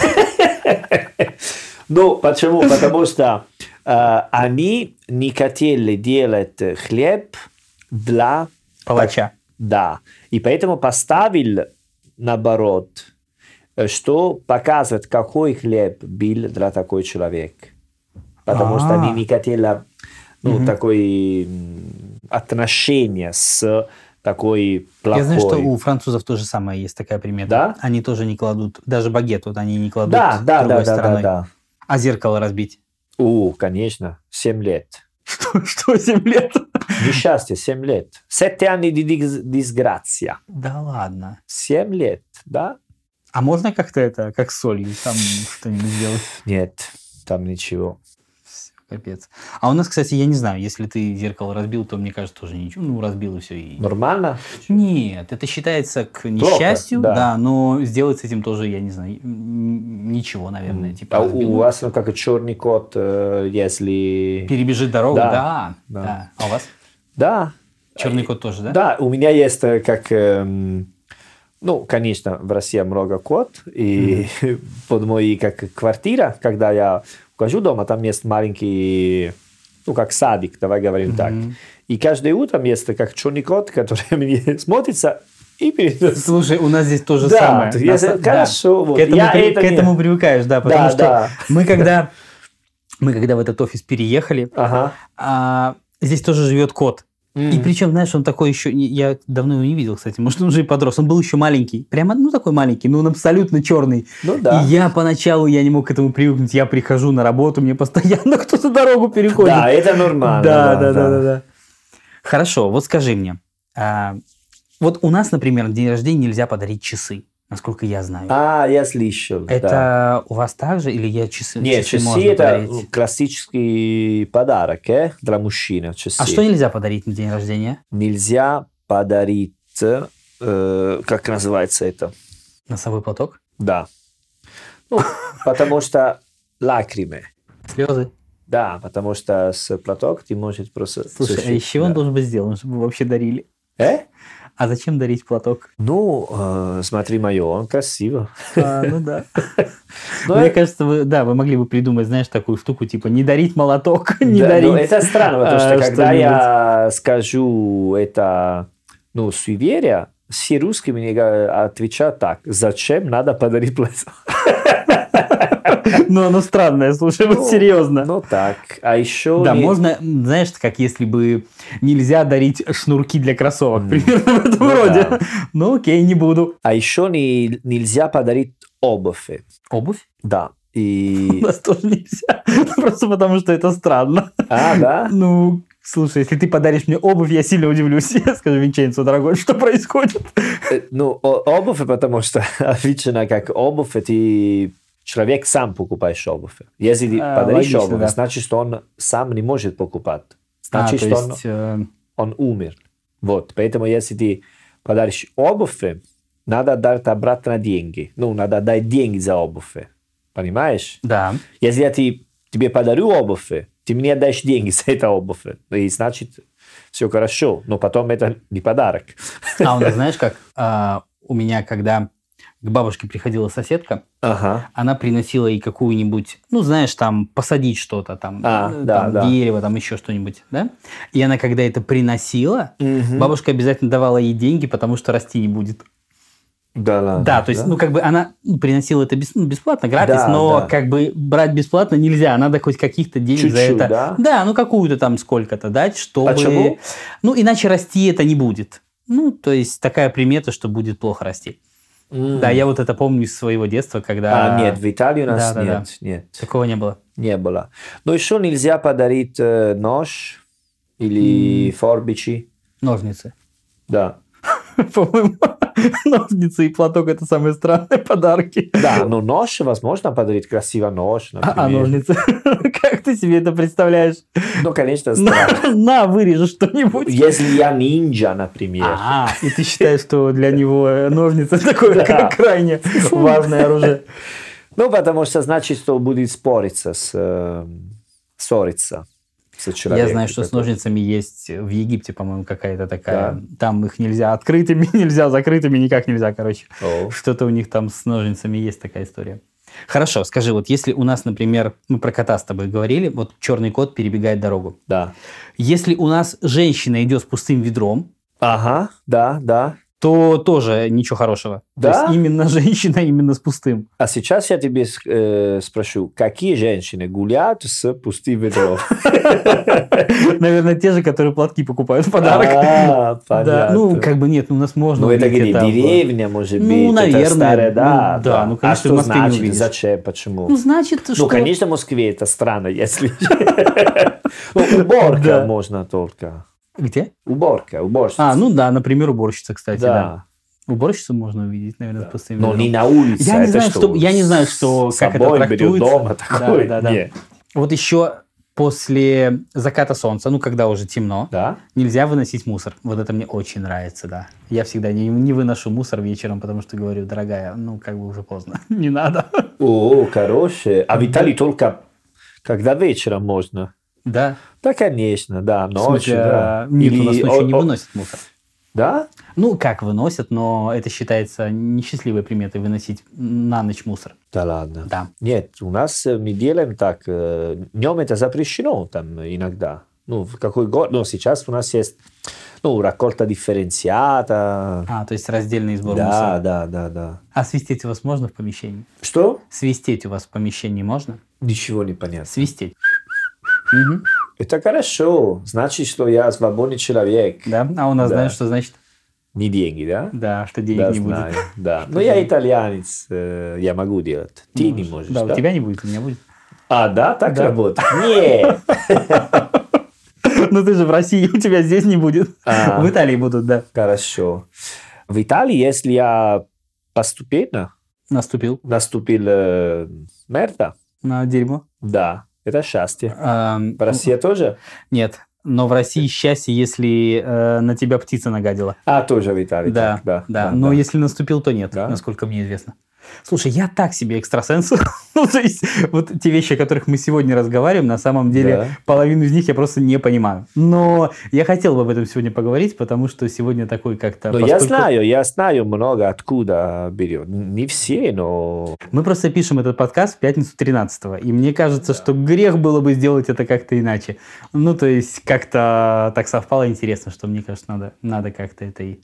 [SPEAKER 1] Ну, почему? Потому что э, они не хотели делать хлеб для...
[SPEAKER 2] Палача.
[SPEAKER 1] Да. И поэтому поставил наоборот, э, что показывает, какой хлеб был для такой человек. Потому что они
[SPEAKER 2] А.
[SPEAKER 1] не хотели ну, такой м, отношения с такой плохой.
[SPEAKER 2] Я знаю, что у французов тоже самое есть такая примета.
[SPEAKER 1] Да?
[SPEAKER 2] Они тоже не кладут, даже багет вот они не кладут
[SPEAKER 1] Да, да, да, да, да,
[SPEAKER 2] другой стороной.
[SPEAKER 1] да.
[SPEAKER 2] А зеркало разбить?
[SPEAKER 1] У, конечно, 7 лет.
[SPEAKER 2] Что, что 7 лет?
[SPEAKER 1] Несчастье, 7 лет. 7 anni di dis- disgrazia.
[SPEAKER 2] Да ладно.
[SPEAKER 1] 7 лет, да?
[SPEAKER 2] А можно как-то это, как солью, там что-нибудь сделать?
[SPEAKER 1] Нет, там ничего.
[SPEAKER 2] Всё, Капец. А у нас, кстати, я не знаю, если ты зеркало разбил, то, мне кажется, тоже ничего. Ну, разбил и все. И...
[SPEAKER 1] Нормально?
[SPEAKER 2] Нет, это считается к несчастью,
[SPEAKER 1] да.
[SPEAKER 2] да. но сделать с этим тоже, я не знаю, м, ничего, наверное. Типа,
[SPEAKER 1] А
[SPEAKER 2] разбил,
[SPEAKER 1] у вас ну, как черный кот, э, если...
[SPEAKER 2] Перебежит дорогу,
[SPEAKER 1] Да,
[SPEAKER 2] да.
[SPEAKER 1] да.
[SPEAKER 2] да. А у вас?
[SPEAKER 1] Да,
[SPEAKER 2] Черный кот тоже, да?
[SPEAKER 1] да, у меня есть э, как... эм, ну, конечно, в России много кот, и под моей как квартира, когда я ухожу дома, там есть маленький, ну, как садик, давай говорим так. И каждое утро есть как черный кот, который мне смотрится и перед...
[SPEAKER 2] Слушай, у нас здесь то же
[SPEAKER 1] Да,
[SPEAKER 2] самое.
[SPEAKER 1] то я
[SPEAKER 2] На
[SPEAKER 1] за-
[SPEAKER 2] са-
[SPEAKER 1] хорошо, вот,
[SPEAKER 2] К, этому,
[SPEAKER 1] я
[SPEAKER 2] при-
[SPEAKER 1] это
[SPEAKER 2] к
[SPEAKER 1] не-
[SPEAKER 2] этому привыкаешь, да, потому
[SPEAKER 1] Да,
[SPEAKER 2] что
[SPEAKER 1] да.
[SPEAKER 2] мы когда мы когда в этот офис переехали,
[SPEAKER 1] Ага.
[SPEAKER 2] а, здесь тоже живет кот. И причем, знаешь, он такой еще, не- я давно его не видел, кстати, может, он уже и подрос, он был еще маленький, прямо, ну, такой маленький, но он абсолютно черный.
[SPEAKER 1] Ну да.
[SPEAKER 2] И я поначалу, я не мог к этому привыкнуть, я прихожу на работу, мне постоянно кто-то дорогу переходит.
[SPEAKER 1] Да, это нормально.
[SPEAKER 2] Да, да, да, да, да. Хорошо, вот скажи мне, а, вот у нас, например, на день рождения нельзя подарить часы, насколько я знаю.
[SPEAKER 1] А, я слышал.
[SPEAKER 2] это
[SPEAKER 1] да.
[SPEAKER 2] у вас также или я часы?
[SPEAKER 1] Нет, часы,
[SPEAKER 2] можно
[SPEAKER 1] это
[SPEAKER 2] подарить? А
[SPEAKER 1] ну, классический подарок э, для мужчины. Часы.
[SPEAKER 2] А что нельзя подарить на день рождения?
[SPEAKER 1] нельзя подарить, э, как называется это?
[SPEAKER 2] Носовой платок,
[SPEAKER 1] Да. Ну, потому что лакримы.
[SPEAKER 2] слезы.
[SPEAKER 1] Да, потому что с платок ты можешь просто...
[SPEAKER 2] Слушай, а
[SPEAKER 1] сушить,
[SPEAKER 2] из чего он
[SPEAKER 1] да.
[SPEAKER 2] должен быть сделан, чтобы вообще дарили?
[SPEAKER 1] Э?
[SPEAKER 2] А зачем дарить платок?
[SPEAKER 1] Ну, э, смотри, мое, он красиво.
[SPEAKER 2] А, ну да.
[SPEAKER 1] Но
[SPEAKER 2] Мне
[SPEAKER 1] это-
[SPEAKER 2] кажется, вы, да, вы могли бы придумать, знаешь, такую штуку, типа не дарить молоток, не
[SPEAKER 1] Да, ну, но
[SPEAKER 2] дарить.
[SPEAKER 1] это странно, потому что
[SPEAKER 2] а,
[SPEAKER 1] когда
[SPEAKER 2] что-нибудь.
[SPEAKER 1] я скажу это, ну, суеверие, все русские мне га- отвечают так, зачем надо подарить платье?
[SPEAKER 2] Но оно странное, слушай, вот
[SPEAKER 1] э Ну,
[SPEAKER 2] серьезно.
[SPEAKER 1] Ну так, а еще...
[SPEAKER 2] Да,
[SPEAKER 1] не-
[SPEAKER 2] можно, м, знаешь, как если бы нельзя дарить шнурки для кроссовок,
[SPEAKER 1] М.
[SPEAKER 2] примерно в этом
[SPEAKER 1] Ну
[SPEAKER 2] роде.
[SPEAKER 1] да.
[SPEAKER 2] Ну окей, не буду.
[SPEAKER 1] А еще не- нельзя подарить обувь.
[SPEAKER 2] Обувь?
[SPEAKER 1] Да.
[SPEAKER 2] У
[SPEAKER 1] И...
[SPEAKER 2] нас тоже нельзя, просто потому что это странно.
[SPEAKER 1] А, да?
[SPEAKER 2] Ну, слушай, если ты подаришь мне обувь, я сильно удивлюсь. Я скажу, Винченцо, дорогой, что происходит?
[SPEAKER 1] Э, Ну, о- обувь, потому что обычно как обувь, ты человек сам покупаешь обувь. Если ты
[SPEAKER 2] А,
[SPEAKER 1] подаришь
[SPEAKER 2] логично,
[SPEAKER 1] обувь,
[SPEAKER 2] да.
[SPEAKER 1] значит, что он сам не может покупать. Значит,
[SPEAKER 2] А,
[SPEAKER 1] что
[SPEAKER 2] то
[SPEAKER 1] он
[SPEAKER 2] есть, э,
[SPEAKER 1] он умер. Вот, поэтому если ты подаришь обувь, надо дать обратно деньги. Ну, надо дать деньги за обувь. Понимаешь?
[SPEAKER 2] да.
[SPEAKER 1] Если я ти- тебе подарю обувь, ты мне дашь деньги за эту обувь. И значит, все хорошо. Но потом это не подарок.
[SPEAKER 2] А у нас, знаешь, как а, у меня, когда к бабушке приходила соседка,
[SPEAKER 1] Ага.
[SPEAKER 2] она приносила ей какую-нибудь, ну, знаешь, там, посадить что-то, там,
[SPEAKER 1] А,
[SPEAKER 2] э,
[SPEAKER 1] да,
[SPEAKER 2] там,
[SPEAKER 1] да.
[SPEAKER 2] дерево, там, еще что-нибудь, да? И она, когда это приносила,
[SPEAKER 1] Мгм.
[SPEAKER 2] бабушка обязательно давала ей деньги, потому что расти не будет.
[SPEAKER 1] Да, ладно,
[SPEAKER 2] да, то есть, ну, как бы она ну, приносила это бес- ну, бесплатно, гратис,
[SPEAKER 1] Да,
[SPEAKER 2] но
[SPEAKER 1] да.
[SPEAKER 2] как бы брать бесплатно нельзя, надо хоть каких-то денег за
[SPEAKER 1] Чуть-чуть,
[SPEAKER 2] это.
[SPEAKER 1] да? А
[SPEAKER 2] ну, какую-то там сколько-то дать, чтобы...
[SPEAKER 1] Почему?
[SPEAKER 2] Ну, иначе расти это не будет. Ну, то есть, такая примета, что будет плохо расти.
[SPEAKER 1] М.
[SPEAKER 2] Да, я вот это помню из своего детства, когда...
[SPEAKER 1] А, нет, в Италии у нас
[SPEAKER 2] Да, да,
[SPEAKER 1] нет, нет,
[SPEAKER 2] Такого не было.
[SPEAKER 1] не было. Но еще нельзя подарить э, нож или форбичи.
[SPEAKER 2] Ножницы.
[SPEAKER 1] Да.
[SPEAKER 2] По-моему, ножницы и платок – это самые странные подарки.
[SPEAKER 1] Да, но Ну, нож, возможно, подарить красиво нож, например.
[SPEAKER 2] А, а ножницы? Как ты себе это представляешь?
[SPEAKER 1] Ну, конечно, странно.
[SPEAKER 2] На, на, вырежу что-нибудь.
[SPEAKER 1] Если я ниндзя, например.
[SPEAKER 2] А, и ты считаешь, что для него э, ножницы такое
[SPEAKER 1] Да.
[SPEAKER 2] кра- крайне важное оружие.
[SPEAKER 1] Ну, потому что значит, что будет спориться с... э, ссориться с человеком.
[SPEAKER 2] Я знаю, что с
[SPEAKER 1] который-
[SPEAKER 2] ножницами есть в Египте, по-моему, какая-то такая.
[SPEAKER 1] Да.
[SPEAKER 2] Там их нельзя открытыми, нельзя закрытыми, никак нельзя, короче.
[SPEAKER 1] О.
[SPEAKER 2] Что-то у них там с ножницами есть такая история. Хорошо, скажи, вот если у нас, например, мы про кота с тобой говорили, вот черный кот перебегает дорогу.
[SPEAKER 1] Да.
[SPEAKER 2] Если у нас женщина идет с пустым ведром,
[SPEAKER 1] Ага, да, да.
[SPEAKER 2] то тоже ничего хорошего.
[SPEAKER 1] Да?
[SPEAKER 2] То есть именно женщина, именно с пустым.
[SPEAKER 1] А сейчас я тебе ск- э, спрошу, какие женщины гуляют с пустым ведром?
[SPEAKER 2] Наверное, те же, которые платки покупают в подарок.
[SPEAKER 1] А,
[SPEAKER 2] Да,
[SPEAKER 1] понятно.
[SPEAKER 2] ну, как бы нет, у нас можно.
[SPEAKER 1] Ну, это
[SPEAKER 2] увидеть
[SPEAKER 1] где?
[SPEAKER 2] это в-
[SPEAKER 1] Деревня, может
[SPEAKER 2] Ну,
[SPEAKER 1] быть? это
[SPEAKER 2] наверное,
[SPEAKER 1] старая,
[SPEAKER 2] ну,
[SPEAKER 1] да.
[SPEAKER 2] да, ну, конечно,
[SPEAKER 1] а
[SPEAKER 2] в
[SPEAKER 1] что
[SPEAKER 2] Москве не
[SPEAKER 1] значит?
[SPEAKER 2] увидишь.
[SPEAKER 1] Зачем? Почему?
[SPEAKER 2] Ну, значит, что...
[SPEAKER 1] Ну, конечно, в Москве это странно, если... Ну, Уборка
[SPEAKER 2] Да.
[SPEAKER 1] можно только.
[SPEAKER 2] Где?
[SPEAKER 1] Уборка, уборщица.
[SPEAKER 2] А, ну да, например, уборщица, кстати, да.
[SPEAKER 1] да.
[SPEAKER 2] Уборщицу можно увидеть, наверное, с пустым
[SPEAKER 1] Но
[SPEAKER 2] ведром.
[SPEAKER 1] не на улице.
[SPEAKER 2] Я не
[SPEAKER 1] это
[SPEAKER 2] знаю, что- я не знаю, что-
[SPEAKER 1] с
[SPEAKER 2] как это
[SPEAKER 1] собой берет
[SPEAKER 2] трактуется.
[SPEAKER 1] дома
[SPEAKER 2] Да,
[SPEAKER 1] такое.
[SPEAKER 2] да, да.
[SPEAKER 1] Нет.
[SPEAKER 2] Вот еще после заката солнца, ну, когда уже темно,
[SPEAKER 1] Да?
[SPEAKER 2] нельзя выносить мусор. Вот это мне очень нравится, да. Я всегда не, не выношу мусор вечером, потому что говорю, дорогая, ну, как бы уже поздно. Не надо.
[SPEAKER 1] О, хорошее. А в Италии только когда вечером можно.
[SPEAKER 2] Да.
[SPEAKER 1] Да, конечно, да,
[SPEAKER 2] В смысле,
[SPEAKER 1] ночью, да.
[SPEAKER 2] Нет, у нас
[SPEAKER 1] Или-
[SPEAKER 2] ночью не
[SPEAKER 1] о- о-
[SPEAKER 2] выносят мусор.
[SPEAKER 1] Да?
[SPEAKER 2] Ну, как выносят, но это считается несчастливой приметой выносить на ночь мусор.
[SPEAKER 1] Да ладно.
[SPEAKER 2] Да.
[SPEAKER 1] Нет, у нас э, мы делаем так. э, Днем это запрещено там иногда. Ну, в какой год? Ну, сейчас у нас есть ну, ракорта дифференциата.
[SPEAKER 2] А, то есть раздельный сбор
[SPEAKER 1] Да,
[SPEAKER 2] мусора.
[SPEAKER 1] да, да, да.
[SPEAKER 2] А свистеть у вас можно в помещении?
[SPEAKER 1] Что?
[SPEAKER 2] Свистеть у вас в помещении можно?
[SPEAKER 1] Ничего не понятно.
[SPEAKER 2] Свистеть. Мгм.
[SPEAKER 1] Это хорошо. Значит, что я свободный человек.
[SPEAKER 2] Да. А у нас
[SPEAKER 1] Да.
[SPEAKER 2] знаешь, что значит?
[SPEAKER 1] Не деньги, да?
[SPEAKER 2] Да, что денег
[SPEAKER 1] да,
[SPEAKER 2] не будет.
[SPEAKER 1] знаю, Да. Но я итальянец, э, я могу делать. Ты не можешь,
[SPEAKER 2] Да,
[SPEAKER 1] да?
[SPEAKER 2] у тебя не будет, у меня будет.
[SPEAKER 1] А, да? Так
[SPEAKER 2] Да.
[SPEAKER 1] работает? Нет.
[SPEAKER 2] Ну ты же в России, у тебя здесь не будет.
[SPEAKER 1] А.
[SPEAKER 2] В Италии будут, да.
[SPEAKER 1] Хорошо. В Италии, если я постепенно
[SPEAKER 2] Наступил
[SPEAKER 1] наступил э, мерда,
[SPEAKER 2] на дерьмо.
[SPEAKER 1] да, это счастье.
[SPEAKER 2] Эм,
[SPEAKER 1] В России тоже?
[SPEAKER 2] Нет. Но в России счастье, если э, на тебя птица нагадила.
[SPEAKER 1] А, тоже в Италии.
[SPEAKER 2] Да,
[SPEAKER 1] так,
[SPEAKER 2] да. Но если наступил, то нет,
[SPEAKER 1] Да?
[SPEAKER 2] насколько мне известно. Слушай, я так себе экстрасенс. ну, то есть, вот те вещи, о которых мы сегодня разговариваем, на самом деле,
[SPEAKER 1] Да.
[SPEAKER 2] половину из них я просто не понимаю. Но я хотел бы об этом сегодня поговорить, потому что сегодня такой как-то...
[SPEAKER 1] Но Ну, я
[SPEAKER 2] поскольку-
[SPEAKER 1] знаю, я знаю много откуда берет. Не все, но...
[SPEAKER 2] Мы просто пишем этот подкаст в пятницу 13 и мне кажется, что грех было бы сделать это как-то иначе. Ну, то есть, как-то так совпало интересно, что мне кажется, надо, надо как-то этой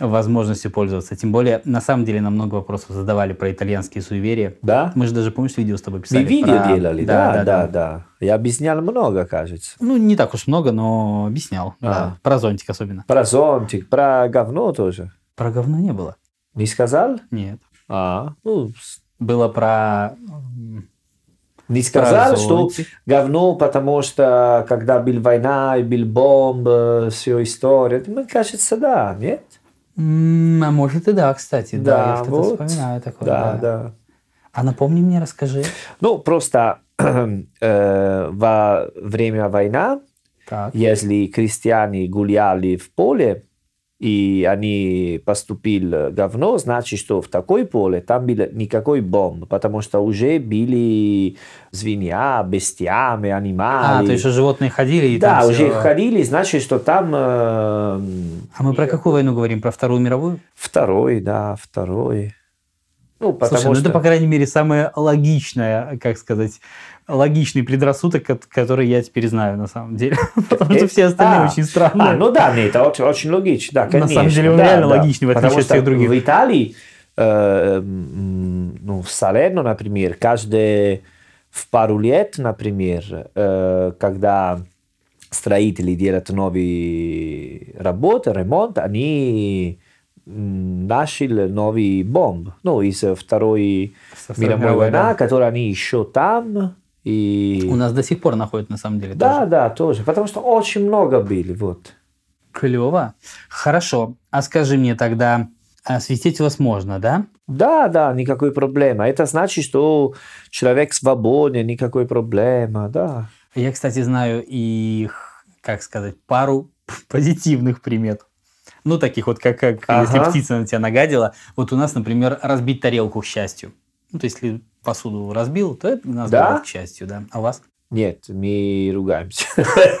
[SPEAKER 2] возможностью пользоваться. Тем более, на самом деле, нам много вопросов задавали про итальянские суеверия.
[SPEAKER 1] Да?
[SPEAKER 2] Мы же даже, помнишь, видео с тобой писали?
[SPEAKER 1] Мы видео
[SPEAKER 2] Ну, про-
[SPEAKER 1] делали, да, да, да, Я объяснял много, кажется.
[SPEAKER 2] Ну, не так уж много, но объяснял. да.
[SPEAKER 1] А.
[SPEAKER 2] Про зонтик особенно.
[SPEAKER 1] Про зонтик, про говно тоже.
[SPEAKER 2] Про говно не было.
[SPEAKER 1] Не сказал?
[SPEAKER 2] Нет.
[SPEAKER 1] А, ну, с-
[SPEAKER 2] Было про... м,
[SPEAKER 1] не сказал,
[SPEAKER 2] про
[SPEAKER 1] что
[SPEAKER 2] зонтик.
[SPEAKER 1] говно, потому что когда был война, и был бомб, э, все история. Мне Ну, кажется, да, нет?
[SPEAKER 2] М, А может и да, кстати. Да,
[SPEAKER 1] Да,
[SPEAKER 2] я что-то
[SPEAKER 1] вот.
[SPEAKER 2] вспоминаю такое.
[SPEAKER 1] да,
[SPEAKER 2] да.
[SPEAKER 1] да.
[SPEAKER 2] А напомни мне, расскажи.
[SPEAKER 1] Ну, просто э, во время войны,
[SPEAKER 2] Так.
[SPEAKER 1] если крестьяне гуляли в поле, и они поступили говно, значит, что в такой поле там было никакой бомб, потому что уже были свинья, бестиамы,
[SPEAKER 2] А,
[SPEAKER 1] анималы.
[SPEAKER 2] то есть животные ходили и
[SPEAKER 1] да,
[SPEAKER 2] там
[SPEAKER 1] уже
[SPEAKER 2] всё.
[SPEAKER 1] ходили, значит, что там... эм,
[SPEAKER 2] А мы про какую войну говорим? Про Вторую мировую?
[SPEAKER 1] Второй, да, второй. Ну, потому
[SPEAKER 2] Слушай, ну
[SPEAKER 1] что...
[SPEAKER 2] это, по крайней мере, самое логичное, как сказать, логичный предрассудок, кот- который я теперь знаю, на самом деле. Потому что
[SPEAKER 1] Э,
[SPEAKER 2] все остальные
[SPEAKER 1] а,
[SPEAKER 2] очень
[SPEAKER 1] А,
[SPEAKER 2] странные.
[SPEAKER 1] ну да, нет, это очень, очень логично, да,
[SPEAKER 2] На
[SPEAKER 1] конечно.
[SPEAKER 2] самом деле он
[SPEAKER 1] да,
[SPEAKER 2] реально
[SPEAKER 1] да.
[SPEAKER 2] логичный, в отличие
[SPEAKER 1] Потому
[SPEAKER 2] от всех
[SPEAKER 1] что
[SPEAKER 2] других.
[SPEAKER 1] В Италии, э, м, ну, в Салерно, например, каждые в пару лет, например, э, когда строители делают новые работы, ремонт, они м, начали новый бомб, ну, из э, Второй
[SPEAKER 2] Со Второй
[SPEAKER 1] мировой
[SPEAKER 2] мировой,
[SPEAKER 1] войны,
[SPEAKER 2] да.
[SPEAKER 1] которые они еще там, и...
[SPEAKER 2] У нас до сих пор находят, на самом деле,
[SPEAKER 1] Да, да, тоже, потому что очень много были, вот.
[SPEAKER 2] Клево. Хорошо. А скажи мне тогда, а свистеть вас можно, да?
[SPEAKER 1] Да, да, никакой проблемы. А Это значит, что человек свободен, никакой проблемы, да.
[SPEAKER 2] Я, кстати, знаю и, х- как сказать, пару позитивных примет. Ну, таких вот, как, как если
[SPEAKER 1] Ага.
[SPEAKER 2] птица на тебя нагадила. Вот у нас, например, разбить тарелку, к счастью. Ну, то есть, если посуду разбил, то это у нас
[SPEAKER 1] Да?
[SPEAKER 2] говорят, к счастью, да. А у вас?
[SPEAKER 1] Нет, мы ругаемся.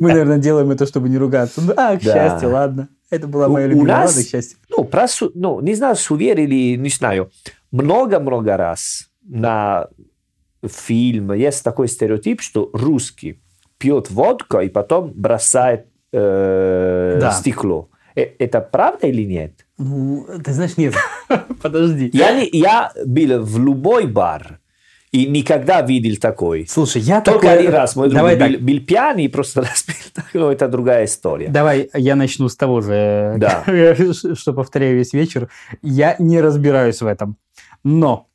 [SPEAKER 2] Мы, наверное, делаем это, чтобы не ругаться. Ну, А, к
[SPEAKER 1] Да.
[SPEAKER 2] счастью, ладно. Это была
[SPEAKER 1] У-
[SPEAKER 2] моя
[SPEAKER 1] у
[SPEAKER 2] любимая
[SPEAKER 1] нас-
[SPEAKER 2] ладно, к счастью.
[SPEAKER 1] Ну, про су- ну, не знаю, суверили, не знаю. Много-много раз на фильм есть такой стереотип, что русский пьет водку и потом бросает э,
[SPEAKER 2] Да.
[SPEAKER 1] стекло. Э, Это правда или нет?
[SPEAKER 2] Ну, ты знаешь, нет. Подожди.
[SPEAKER 1] Я, не- я был в любой бар и никогда видел такой.
[SPEAKER 2] Слушай, я
[SPEAKER 1] Только
[SPEAKER 2] такое-
[SPEAKER 1] один раз мой друг
[SPEAKER 2] Давай так.
[SPEAKER 1] был, был пьяный и просто разбил, но это другая история.
[SPEAKER 2] Давай я начну с того же,
[SPEAKER 1] Да.
[SPEAKER 2] что повторяю весь вечер. Я не разбираюсь в этом. Но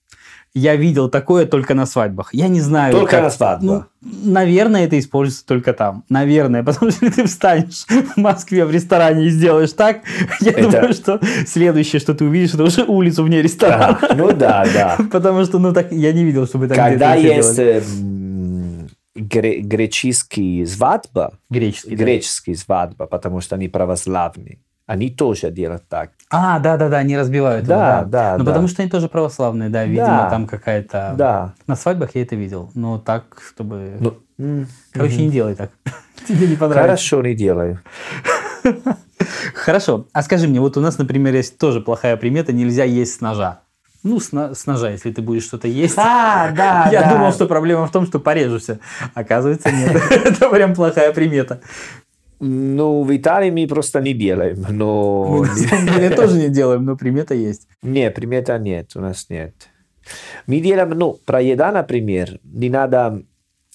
[SPEAKER 2] я видел такое только на свадьбах. Я не знаю...
[SPEAKER 1] Только
[SPEAKER 2] как-
[SPEAKER 1] на свадьбах.
[SPEAKER 2] Ну, наверное, это используется только там. Наверное. Потому что если ты встанешь в Москве в ресторане и сделаешь так, я
[SPEAKER 1] Это-
[SPEAKER 2] думаю, что следующее, что ты увидишь, это уже улицу вне ресторана.
[SPEAKER 1] Да, Ну да, да.
[SPEAKER 2] Потому что, ну, так я не видел, чтобы так
[SPEAKER 1] Когда
[SPEAKER 2] где-то еще
[SPEAKER 1] есть
[SPEAKER 2] делали.
[SPEAKER 1] эм, гре- греческий свадьба,
[SPEAKER 2] Греческий. да.
[SPEAKER 1] греческий свадьба, потому что они православные, они тоже делают так.
[SPEAKER 2] А, да-да-да, они разбивают его,
[SPEAKER 1] Да, да,
[SPEAKER 2] Ну,
[SPEAKER 1] да.
[SPEAKER 2] потому что они тоже православные, да, видимо,
[SPEAKER 1] Да.
[SPEAKER 2] там какая-то...
[SPEAKER 1] Да.
[SPEAKER 2] На свадьбах я это видел, но так, чтобы...
[SPEAKER 1] Ну, м,
[SPEAKER 2] Короче, не делай так. Тебе не понравится.
[SPEAKER 1] Хорошо не делаю.
[SPEAKER 2] Хорошо. А скажи мне, вот у нас, например, есть тоже плохая примета, нельзя есть с ножа. Ну, с, на- с ножа, если ты будешь что-то есть.
[SPEAKER 1] А, да,
[SPEAKER 2] Я
[SPEAKER 1] да.
[SPEAKER 2] думал, что проблема в том, что порежешься. Оказывается, нет. Это прям плохая примета.
[SPEAKER 1] Ну, в Италии мы просто не делаем, но...
[SPEAKER 2] Мы на самом деле тоже не делаем, но примета есть.
[SPEAKER 1] Не, примета нет, у нас нет. Мы делаем, ну, про еда, например, не надо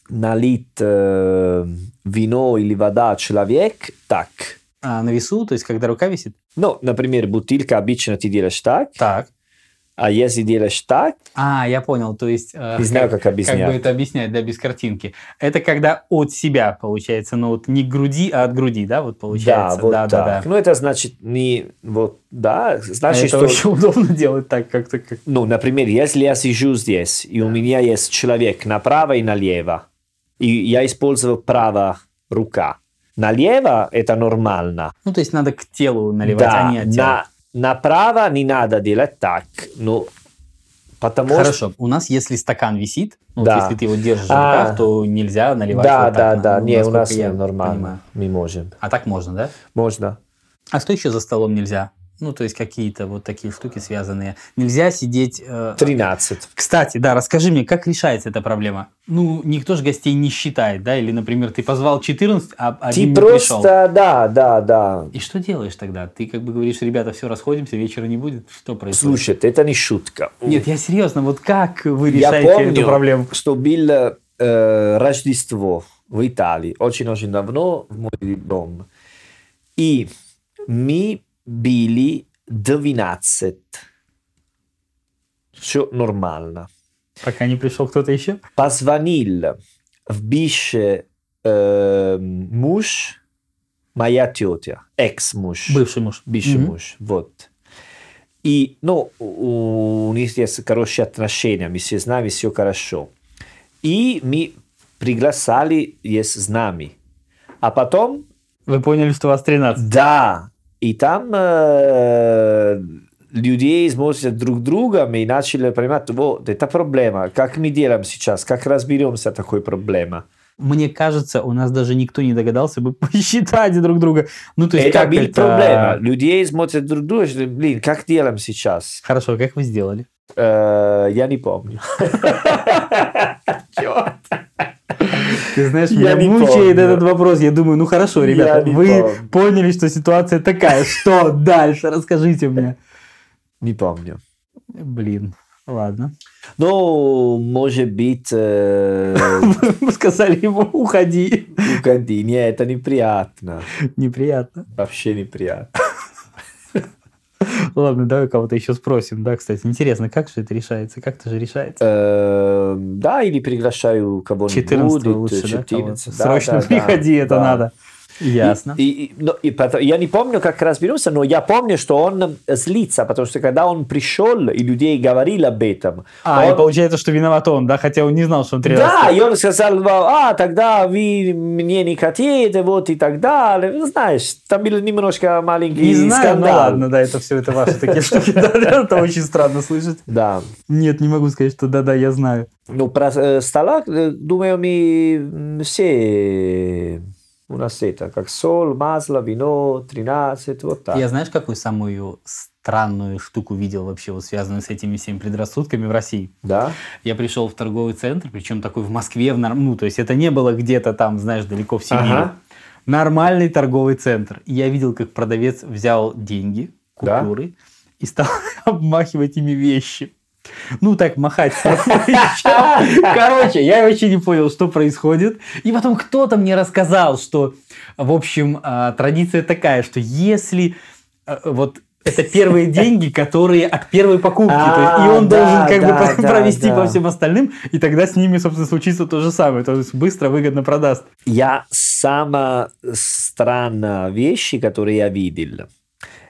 [SPEAKER 1] налить э, вино или вода человек так.
[SPEAKER 2] А на весу, то есть, когда рука висит?
[SPEAKER 1] Ну, например, бутылка обычно ты делаешь так,
[SPEAKER 2] Так.
[SPEAKER 1] а если делаешь так,
[SPEAKER 2] А, я понял, то есть... э,
[SPEAKER 1] не знаю, как
[SPEAKER 2] Как бы
[SPEAKER 1] объяснять.
[SPEAKER 2] это объяснять, да, без картинки. Это когда от себя получается, ну вот не к груди, а от груди, да, вот
[SPEAKER 1] да,
[SPEAKER 2] получается.
[SPEAKER 1] вот
[SPEAKER 2] да,
[SPEAKER 1] так.
[SPEAKER 2] да, да.
[SPEAKER 1] Ну, это значит не вот, да, значит,
[SPEAKER 2] это
[SPEAKER 1] что...
[SPEAKER 2] вообще удобно делать так как-то. Как...
[SPEAKER 1] Ну, например, если я сижу здесь, и у меня есть человек направо и налево, и я использую право рука. Налево это нормально,
[SPEAKER 2] Ну, то есть надо к телу наливать, а не от тела.
[SPEAKER 1] на, направо не надо делать так, ну, потому что...
[SPEAKER 2] Хорошо, у нас если стакан висит, ну,
[SPEAKER 1] Да.
[SPEAKER 2] вот если ты его держишь
[SPEAKER 1] А.
[SPEAKER 2] в руках, то нельзя наливать
[SPEAKER 1] Да,
[SPEAKER 2] вот так,
[SPEAKER 1] да,
[SPEAKER 2] на-
[SPEAKER 1] да,
[SPEAKER 2] ну,
[SPEAKER 1] не, у
[SPEAKER 2] насколько
[SPEAKER 1] нас
[SPEAKER 2] я
[SPEAKER 1] не нормально,
[SPEAKER 2] понимаю.
[SPEAKER 1] мы можем.
[SPEAKER 2] А так можно, да?
[SPEAKER 1] Можно.
[SPEAKER 2] А что еще за столом нельзя? Ну, то есть какие-то вот такие штуки связанные. Нельзя сидеть... э,
[SPEAKER 1] 13.
[SPEAKER 2] Кстати, да, расскажи мне, как решается эта проблема? Ну, никто же гостей не считает, да? Или, например, ты позвал 14, а один
[SPEAKER 1] Ты
[SPEAKER 2] не
[SPEAKER 1] просто,
[SPEAKER 2] пришел.
[SPEAKER 1] да, да, да.
[SPEAKER 2] И что делаешь тогда? Ты как бы говоришь, ребята, все, расходимся, вечера не будет. Что происходит?
[SPEAKER 1] Слушай, это не шутка.
[SPEAKER 2] Нет, я серьезно, вот как вы
[SPEAKER 1] Я
[SPEAKER 2] решаете эту
[SPEAKER 1] помню,
[SPEAKER 2] проблему?
[SPEAKER 1] что был э, Рождество в Италии очень-очень давно в мой дом. И мы были 12. Все нормально.
[SPEAKER 2] Пока не пришел кто-то еще?
[SPEAKER 1] Позвонил в Бише э, муж, моя тетя, экс-муж.
[SPEAKER 2] Бывший муж.
[SPEAKER 1] бывший
[SPEAKER 2] Мгм.
[SPEAKER 1] муж. Вот. И, ну, у у них есть хорошие отношения, мы все знаем, все хорошо. И мы пригласили есть с нами. А потом,
[SPEAKER 2] Вы поняли, что у вас 13.
[SPEAKER 1] да, и там э, людей смотрят друг друга, мы начали понимать, вот, это проблема, как мы делаем сейчас, как разберемся с такой проблемой.
[SPEAKER 2] Мне кажется, у нас даже никто не догадался бы посчитать друг друга. Ну, то есть
[SPEAKER 1] это
[SPEAKER 2] как
[SPEAKER 1] был
[SPEAKER 2] это...
[SPEAKER 1] проблема. Людей смотрят друг друга, что, блин, как делаем сейчас?
[SPEAKER 2] Хорошо, как вы сделали?
[SPEAKER 1] Э, я не помню.
[SPEAKER 2] Ты знаешь,
[SPEAKER 1] Я
[SPEAKER 2] меня
[SPEAKER 1] не
[SPEAKER 2] мучает
[SPEAKER 1] помню.
[SPEAKER 2] этот вопрос. Я думаю, ну хорошо,
[SPEAKER 1] Я
[SPEAKER 2] ребята,
[SPEAKER 1] не
[SPEAKER 2] вы
[SPEAKER 1] помню.
[SPEAKER 2] поняли, что ситуация такая. Что дальше? Расскажите мне.
[SPEAKER 1] Не помню.
[SPEAKER 2] Блин, ладно.
[SPEAKER 1] Ну, может быть, э,
[SPEAKER 2] Вы сказали ему, уходи.
[SPEAKER 1] уходи. Не, это неприятно.
[SPEAKER 2] Неприятно.
[SPEAKER 1] Вообще неприятно.
[SPEAKER 2] Ладно, давай кого-то еще спросим. Да, кстати, интересно, как же это решается? Как это же решается?
[SPEAKER 1] Э, Да, или приглашаю кого-нибудь.
[SPEAKER 2] 14 лучше, да?
[SPEAKER 1] 14,
[SPEAKER 2] кого-то?
[SPEAKER 1] да,
[SPEAKER 2] Срочно
[SPEAKER 1] да, да,
[SPEAKER 2] приходи, это
[SPEAKER 1] да.
[SPEAKER 2] надо. Ясно.
[SPEAKER 1] И, и- но- и потом- я не помню, как разберемся, но я помню, что он э, злится, потому что когда он пришел, и людей говорил об этом,
[SPEAKER 2] А, и
[SPEAKER 1] он-
[SPEAKER 2] получается, что виноват он, да? Хотя он не знал, что он 13.
[SPEAKER 1] Да, и он сказал, а, тогда вы мне не хотите, вот и так далее. Ну, знаешь, там был немножко маленький
[SPEAKER 2] Не знаю, ну
[SPEAKER 1] скандал.
[SPEAKER 2] ладно, да, это все, это ваши такие штуки. Да, да, Это очень странно слышать.
[SPEAKER 1] Да.
[SPEAKER 2] Нет, не могу сказать, что да-да, я знаю.
[SPEAKER 1] Ну, про э, стола, э, думаю, мы м, все... У нас это, как соль, масло, вино, 13, вот так.
[SPEAKER 2] А Я знаешь, какую самую странную штуку видел вообще, вот связанную с этими всеми предрассудками в России?
[SPEAKER 1] Да?
[SPEAKER 2] Я пришел в торговый центр, причем такой в Москве, в норм... ну, то есть это не было где-то там, знаешь, далеко в Сибири.
[SPEAKER 1] Ага.
[SPEAKER 2] Нормальный торговый центр. И я видел, как продавец взял деньги,
[SPEAKER 1] Да?
[SPEAKER 2] купюры, и стал обмахивать ими вещи. Ну, так махать. Короче, я вообще не понял, что происходит. И потом кто-то мне рассказал, что, в общем, а, традиция такая, что если а, вот это первые деньги, которые от первой покупки. то есть, и
[SPEAKER 1] А,
[SPEAKER 2] он должен
[SPEAKER 1] да,
[SPEAKER 2] как
[SPEAKER 1] да,
[SPEAKER 2] бы
[SPEAKER 1] да,
[SPEAKER 2] провести
[SPEAKER 1] да.
[SPEAKER 2] по всем остальным, и тогда с ними, собственно, случится то же самое. То есть быстро, выгодно продаст.
[SPEAKER 1] Я самая странная вещь, которую я видел,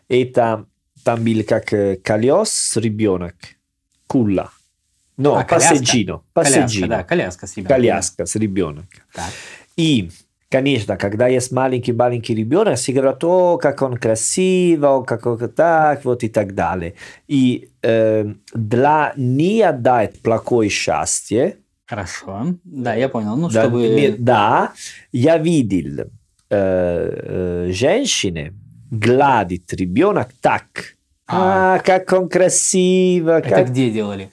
[SPEAKER 1] это там был как э, колес ребенок, кула. Но,
[SPEAKER 2] А, коляска?
[SPEAKER 1] пассажино.
[SPEAKER 2] Коляска, да,
[SPEAKER 1] Пассажино.
[SPEAKER 2] коляска с ребенком.
[SPEAKER 1] Коляска с ребенком.
[SPEAKER 2] Так.
[SPEAKER 1] И, конечно, когда есть маленький-маленький ребенок, все говорят, о, как он красиво, о, как он так, вот и так далее. И э, для не отдать плохое счастье,
[SPEAKER 2] Хорошо. Да, я понял. Ну,
[SPEAKER 1] да,
[SPEAKER 2] чтобы...
[SPEAKER 1] не- да, я видел э, э, женщины гладит ребенок так. А, как он красиво,
[SPEAKER 2] Это
[SPEAKER 1] как...
[SPEAKER 2] где делали?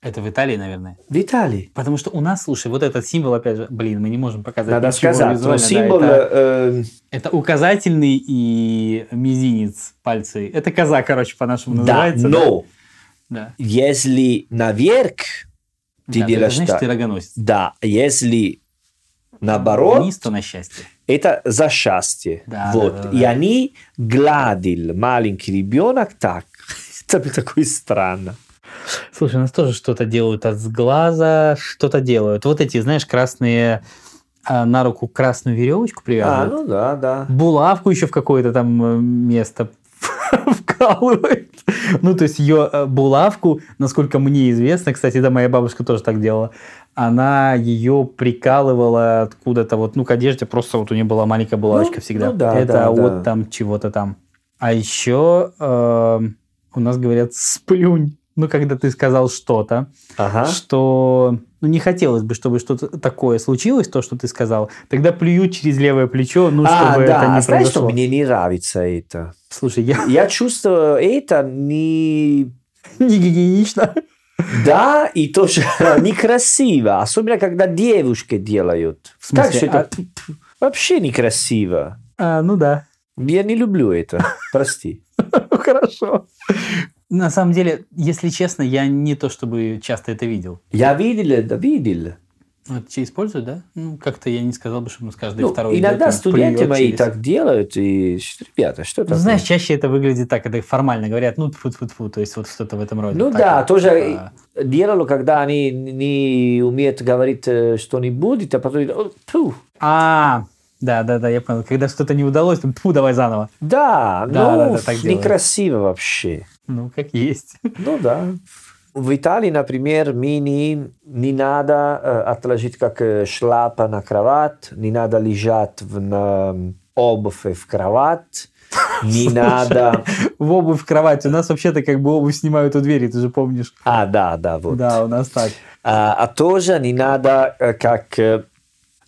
[SPEAKER 2] Это в Италии, наверное.
[SPEAKER 1] В Италии.
[SPEAKER 2] Потому что у нас, слушай, вот этот символ, опять же, блин, мы не можем показать
[SPEAKER 1] Надо
[SPEAKER 2] ничего
[SPEAKER 1] сказать, ну,
[SPEAKER 2] визуально,
[SPEAKER 1] но
[SPEAKER 2] да,
[SPEAKER 1] символ...
[SPEAKER 2] это-
[SPEAKER 1] э,
[SPEAKER 2] Это указательный и мизинец пальцы. Это коза, короче, по-нашему
[SPEAKER 1] да,
[SPEAKER 2] называется.
[SPEAKER 1] но
[SPEAKER 2] Да.
[SPEAKER 1] если наверх ты
[SPEAKER 2] Да,
[SPEAKER 1] делаешь
[SPEAKER 2] значит,
[SPEAKER 1] так.
[SPEAKER 2] ты рогоносец.
[SPEAKER 1] Да, если наоборот,
[SPEAKER 2] Вниз, то на счастье.
[SPEAKER 1] это за счастье.
[SPEAKER 2] Да,
[SPEAKER 1] вот.
[SPEAKER 2] да, да,
[SPEAKER 1] И
[SPEAKER 2] да.
[SPEAKER 1] они гладил маленький ребенок так. Это было такое странно.
[SPEAKER 2] Слушай, у нас тоже что-то делают от сглаза, что-то делают. Вот эти, знаешь, красные, а, на руку красную веревочку
[SPEAKER 1] А,
[SPEAKER 2] привязывают.
[SPEAKER 1] ну да, да.
[SPEAKER 2] Булавку еще в какое-то там э, место вкалывают. Ну, то есть ее э, булавку, насколько мне известно, кстати, да, моя бабушка тоже так делала, она ее прикалывала откуда-то вот, ну, к одежде, просто вот у нее была маленькая булавочка
[SPEAKER 1] Ну,
[SPEAKER 2] всегда.
[SPEAKER 1] ну да,
[SPEAKER 2] Это
[SPEAKER 1] да,
[SPEAKER 2] от
[SPEAKER 1] да.
[SPEAKER 2] там чего-то там. А еще э, у нас говорят «сплюнь». Ну, когда ты сказал что-то,
[SPEAKER 1] Ага.
[SPEAKER 2] что ну, не хотелось бы, чтобы что-то такое случилось, то, что ты сказал, тогда плюю через левое плечо, ну,
[SPEAKER 1] а,
[SPEAKER 2] чтобы это
[SPEAKER 1] да,
[SPEAKER 2] не
[SPEAKER 1] а знаешь, что
[SPEAKER 2] произошло.
[SPEAKER 1] мне не нравится это?
[SPEAKER 2] Слушай, я
[SPEAKER 1] Я чувствую это не...
[SPEAKER 2] не гигиенично.
[SPEAKER 1] Да, и тоже некрасиво. Особенно, когда девушки делают.
[SPEAKER 2] В смысле,
[SPEAKER 1] так что это
[SPEAKER 2] а-
[SPEAKER 1] п- п- вообще некрасиво.
[SPEAKER 2] А, ну да.
[SPEAKER 1] Я не люблю это. Прости.
[SPEAKER 2] Хорошо. На самом деле, если честно, я не то чтобы часто это видел.
[SPEAKER 1] Я видел это, видел.
[SPEAKER 2] Ну, Это все используют, да? Ну, как-то я не сказал бы, что у нас каждый
[SPEAKER 1] Ну,
[SPEAKER 2] второй... идет,
[SPEAKER 1] иногда
[SPEAKER 2] там,
[SPEAKER 1] студенты
[SPEAKER 2] плюет
[SPEAKER 1] мои
[SPEAKER 2] через-
[SPEAKER 1] так делают, и ш- ребята, что
[SPEAKER 2] Ну,
[SPEAKER 1] такое?
[SPEAKER 2] знаешь, чаще это выглядит так, когда формально говорят, ну, тьфу тьфу тьфу то есть вот что-то в этом роде.
[SPEAKER 1] ну
[SPEAKER 2] Так
[SPEAKER 1] да,
[SPEAKER 2] вот,
[SPEAKER 1] тоже
[SPEAKER 2] типа,
[SPEAKER 1] делали, когда они не умеют говорить э, что-нибудь, а потом «О, тьфу».
[SPEAKER 2] А, да-да-да, я понял. Когда что-то не удалось, там, тьфу, давай заново.
[SPEAKER 1] Да,
[SPEAKER 2] Да,
[SPEAKER 1] ну,
[SPEAKER 2] да, да, так
[SPEAKER 1] ф-
[SPEAKER 2] делают.
[SPEAKER 1] некрасиво вообще.
[SPEAKER 2] Ну, как есть.
[SPEAKER 1] Ну да. В Италии, например, мне не, не надо э, отложить как э, шляпа на кровать, не надо лежать в, на обувь в кровать, не
[SPEAKER 2] Слушай.
[SPEAKER 1] надо...
[SPEAKER 2] В обувь в кровать. У нас вообще-то как бы обувь снимают у двери, ты же помнишь.
[SPEAKER 1] А, да, да, вот.
[SPEAKER 2] Да, у нас так.
[SPEAKER 1] Ah, a Tosa ni nada eh, cac, eh,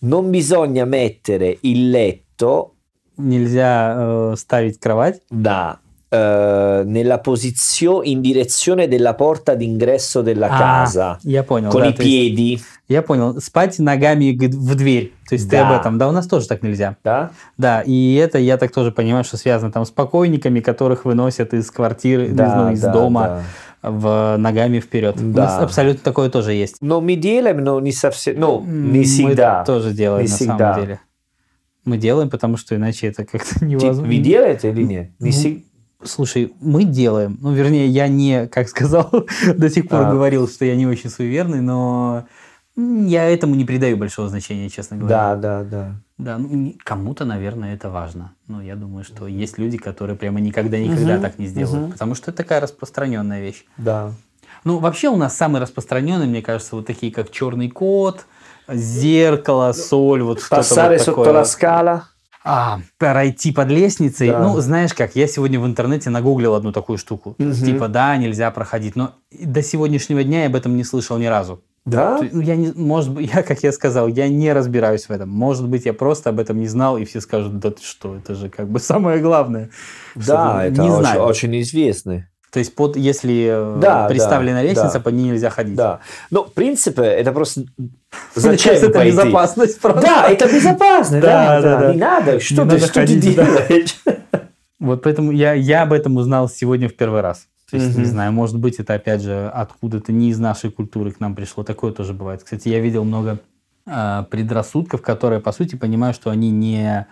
[SPEAKER 1] non bisogna mettere il letto
[SPEAKER 2] Нельзя э, ставить кровать.
[SPEAKER 1] da, eh, nella posizione in direzione della porta d'ingresso della
[SPEAKER 2] А,
[SPEAKER 1] casa
[SPEAKER 2] Я понял.
[SPEAKER 1] con
[SPEAKER 2] да,
[SPEAKER 1] i
[SPEAKER 2] то есть-
[SPEAKER 1] piedi
[SPEAKER 2] Я понял. Спать ногами г- в дверь. То есть ты
[SPEAKER 1] Да.
[SPEAKER 2] об этом. Да, у нас тоже так нельзя.
[SPEAKER 1] da?
[SPEAKER 2] Да, и это я так тоже понимаю, что связано там с покойниками, которых выносят из квартиры, из-
[SPEAKER 1] Да,
[SPEAKER 2] ну, из
[SPEAKER 1] да,
[SPEAKER 2] дома в ногами вперед. У
[SPEAKER 1] Да.
[SPEAKER 2] нас абсолютно такое тоже есть.
[SPEAKER 1] non mi делаем но не совсем ну не
[SPEAKER 2] Мы
[SPEAKER 1] всегда
[SPEAKER 2] тоже делаем
[SPEAKER 1] Не
[SPEAKER 2] на
[SPEAKER 1] всегда.
[SPEAKER 2] самом деле. Мы делаем, потому что иначе это как-то
[SPEAKER 1] Ти-
[SPEAKER 2] невозможно.
[SPEAKER 1] вы делаете или нет не
[SPEAKER 2] Ну,
[SPEAKER 1] всег-
[SPEAKER 2] Слушай, мы делаем. Ну, вернее, я не, как сказал, до сих пор
[SPEAKER 1] А.
[SPEAKER 2] говорил, что я не очень суеверный, но м, я этому не придаю большого значения, честно
[SPEAKER 1] да
[SPEAKER 2] говоря.
[SPEAKER 1] да да
[SPEAKER 2] Да, ну, не- кому-то, наверное, это важно. Но я думаю, что есть люди, которые прямо никогда-никогда
[SPEAKER 1] Мгм,
[SPEAKER 2] так не сделают.
[SPEAKER 1] мгм.
[SPEAKER 2] Потому что это такая распространенная вещь.
[SPEAKER 1] да
[SPEAKER 2] Ну, вообще у нас самые распространенные, мне кажется, вот такие, как черный кот, зеркало, соль, вот что-то
[SPEAKER 1] passare
[SPEAKER 2] вот
[SPEAKER 1] sotto
[SPEAKER 2] такое.
[SPEAKER 1] la scala
[SPEAKER 2] А, пройти под лестницей.
[SPEAKER 1] Да.
[SPEAKER 2] Ну, знаешь как, я сегодня в интернете нагуглил одну такую штуку.
[SPEAKER 1] Мгм.
[SPEAKER 2] Типа, да, нельзя проходить. Но до сегодняшнего дня я об этом не слышал ни разу.
[SPEAKER 1] да
[SPEAKER 2] То есть, ну, я не, может быть, я, как я сказал, я не разбираюсь в этом. Может быть, я просто об этом не знал, и все скажут, да ты что, это же как бы самое главное.
[SPEAKER 1] да
[SPEAKER 2] Что-то
[SPEAKER 1] это
[SPEAKER 2] не
[SPEAKER 1] очень-
[SPEAKER 2] знаю.
[SPEAKER 1] очень известный
[SPEAKER 2] То есть, под, если э,
[SPEAKER 1] Да, да,
[SPEAKER 2] приставлена лестница,
[SPEAKER 1] да.
[SPEAKER 2] по ней нельзя ходить.
[SPEAKER 1] Да. Ну, в принципе, это просто...
[SPEAKER 2] Мне
[SPEAKER 1] Зачем
[SPEAKER 2] кажется, это
[SPEAKER 1] пойти?
[SPEAKER 2] безопасность просто.
[SPEAKER 1] Да, это безопасно,
[SPEAKER 2] Да,
[SPEAKER 1] да, да,
[SPEAKER 2] да, да.
[SPEAKER 1] Не надо, что,
[SPEAKER 2] Не
[SPEAKER 1] ты,
[SPEAKER 2] надо
[SPEAKER 1] что ты
[SPEAKER 2] ходить, да.
[SPEAKER 1] делаешь?
[SPEAKER 2] Вот поэтому я, я об этом узнал сегодня в первый раз. То есть, не
[SPEAKER 1] Мгм.
[SPEAKER 2] знаю, может быть, это опять же откуда-то не из нашей культуры к нам пришло. Такое тоже бывает. Кстати, я видел много э, предрассудков, которые, по сути, понимаю, что они не,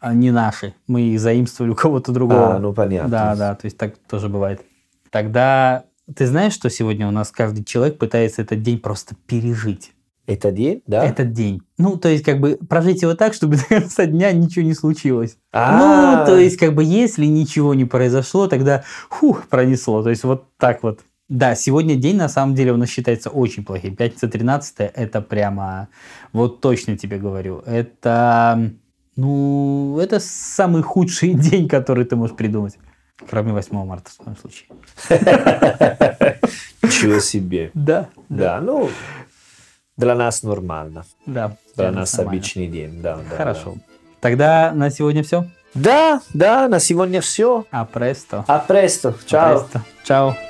[SPEAKER 2] а, не наши. Мы их заимствовали у кого-то другого.
[SPEAKER 1] А, ну понятно.
[SPEAKER 2] да, да, то есть так тоже бывает. Тогда ты знаешь, что сегодня у нас каждый человек пытается этот день просто пережить.
[SPEAKER 1] Это день, да?
[SPEAKER 2] Этот день. Ну, то есть, как бы прожить его так, чтобы до конца дня ничего не случилось.
[SPEAKER 1] А,
[SPEAKER 2] Ну, то есть, как бы, если ничего не произошло, тогда хух, пронесло. То есть, вот так вот. Да, сегодня день, на самом деле, у нас считается очень плохим. Пятница 13 это прямо, вот точно тебе говорю, это, ну, это самый худший день, который ты можешь придумать. Кроме 8 марта в твоем случае.
[SPEAKER 1] Ничего себе.
[SPEAKER 2] Да.
[SPEAKER 1] Да, ну, для нас нормально.
[SPEAKER 2] Да.
[SPEAKER 1] Для
[SPEAKER 2] это
[SPEAKER 1] нас
[SPEAKER 2] нормально.
[SPEAKER 1] обычный день, да. да,
[SPEAKER 2] Хорошо. Тогда на сегодня все.
[SPEAKER 1] Да, да, да, на сегодня все.
[SPEAKER 2] А престо.
[SPEAKER 1] А престо, чао.
[SPEAKER 2] Апресто. Чао.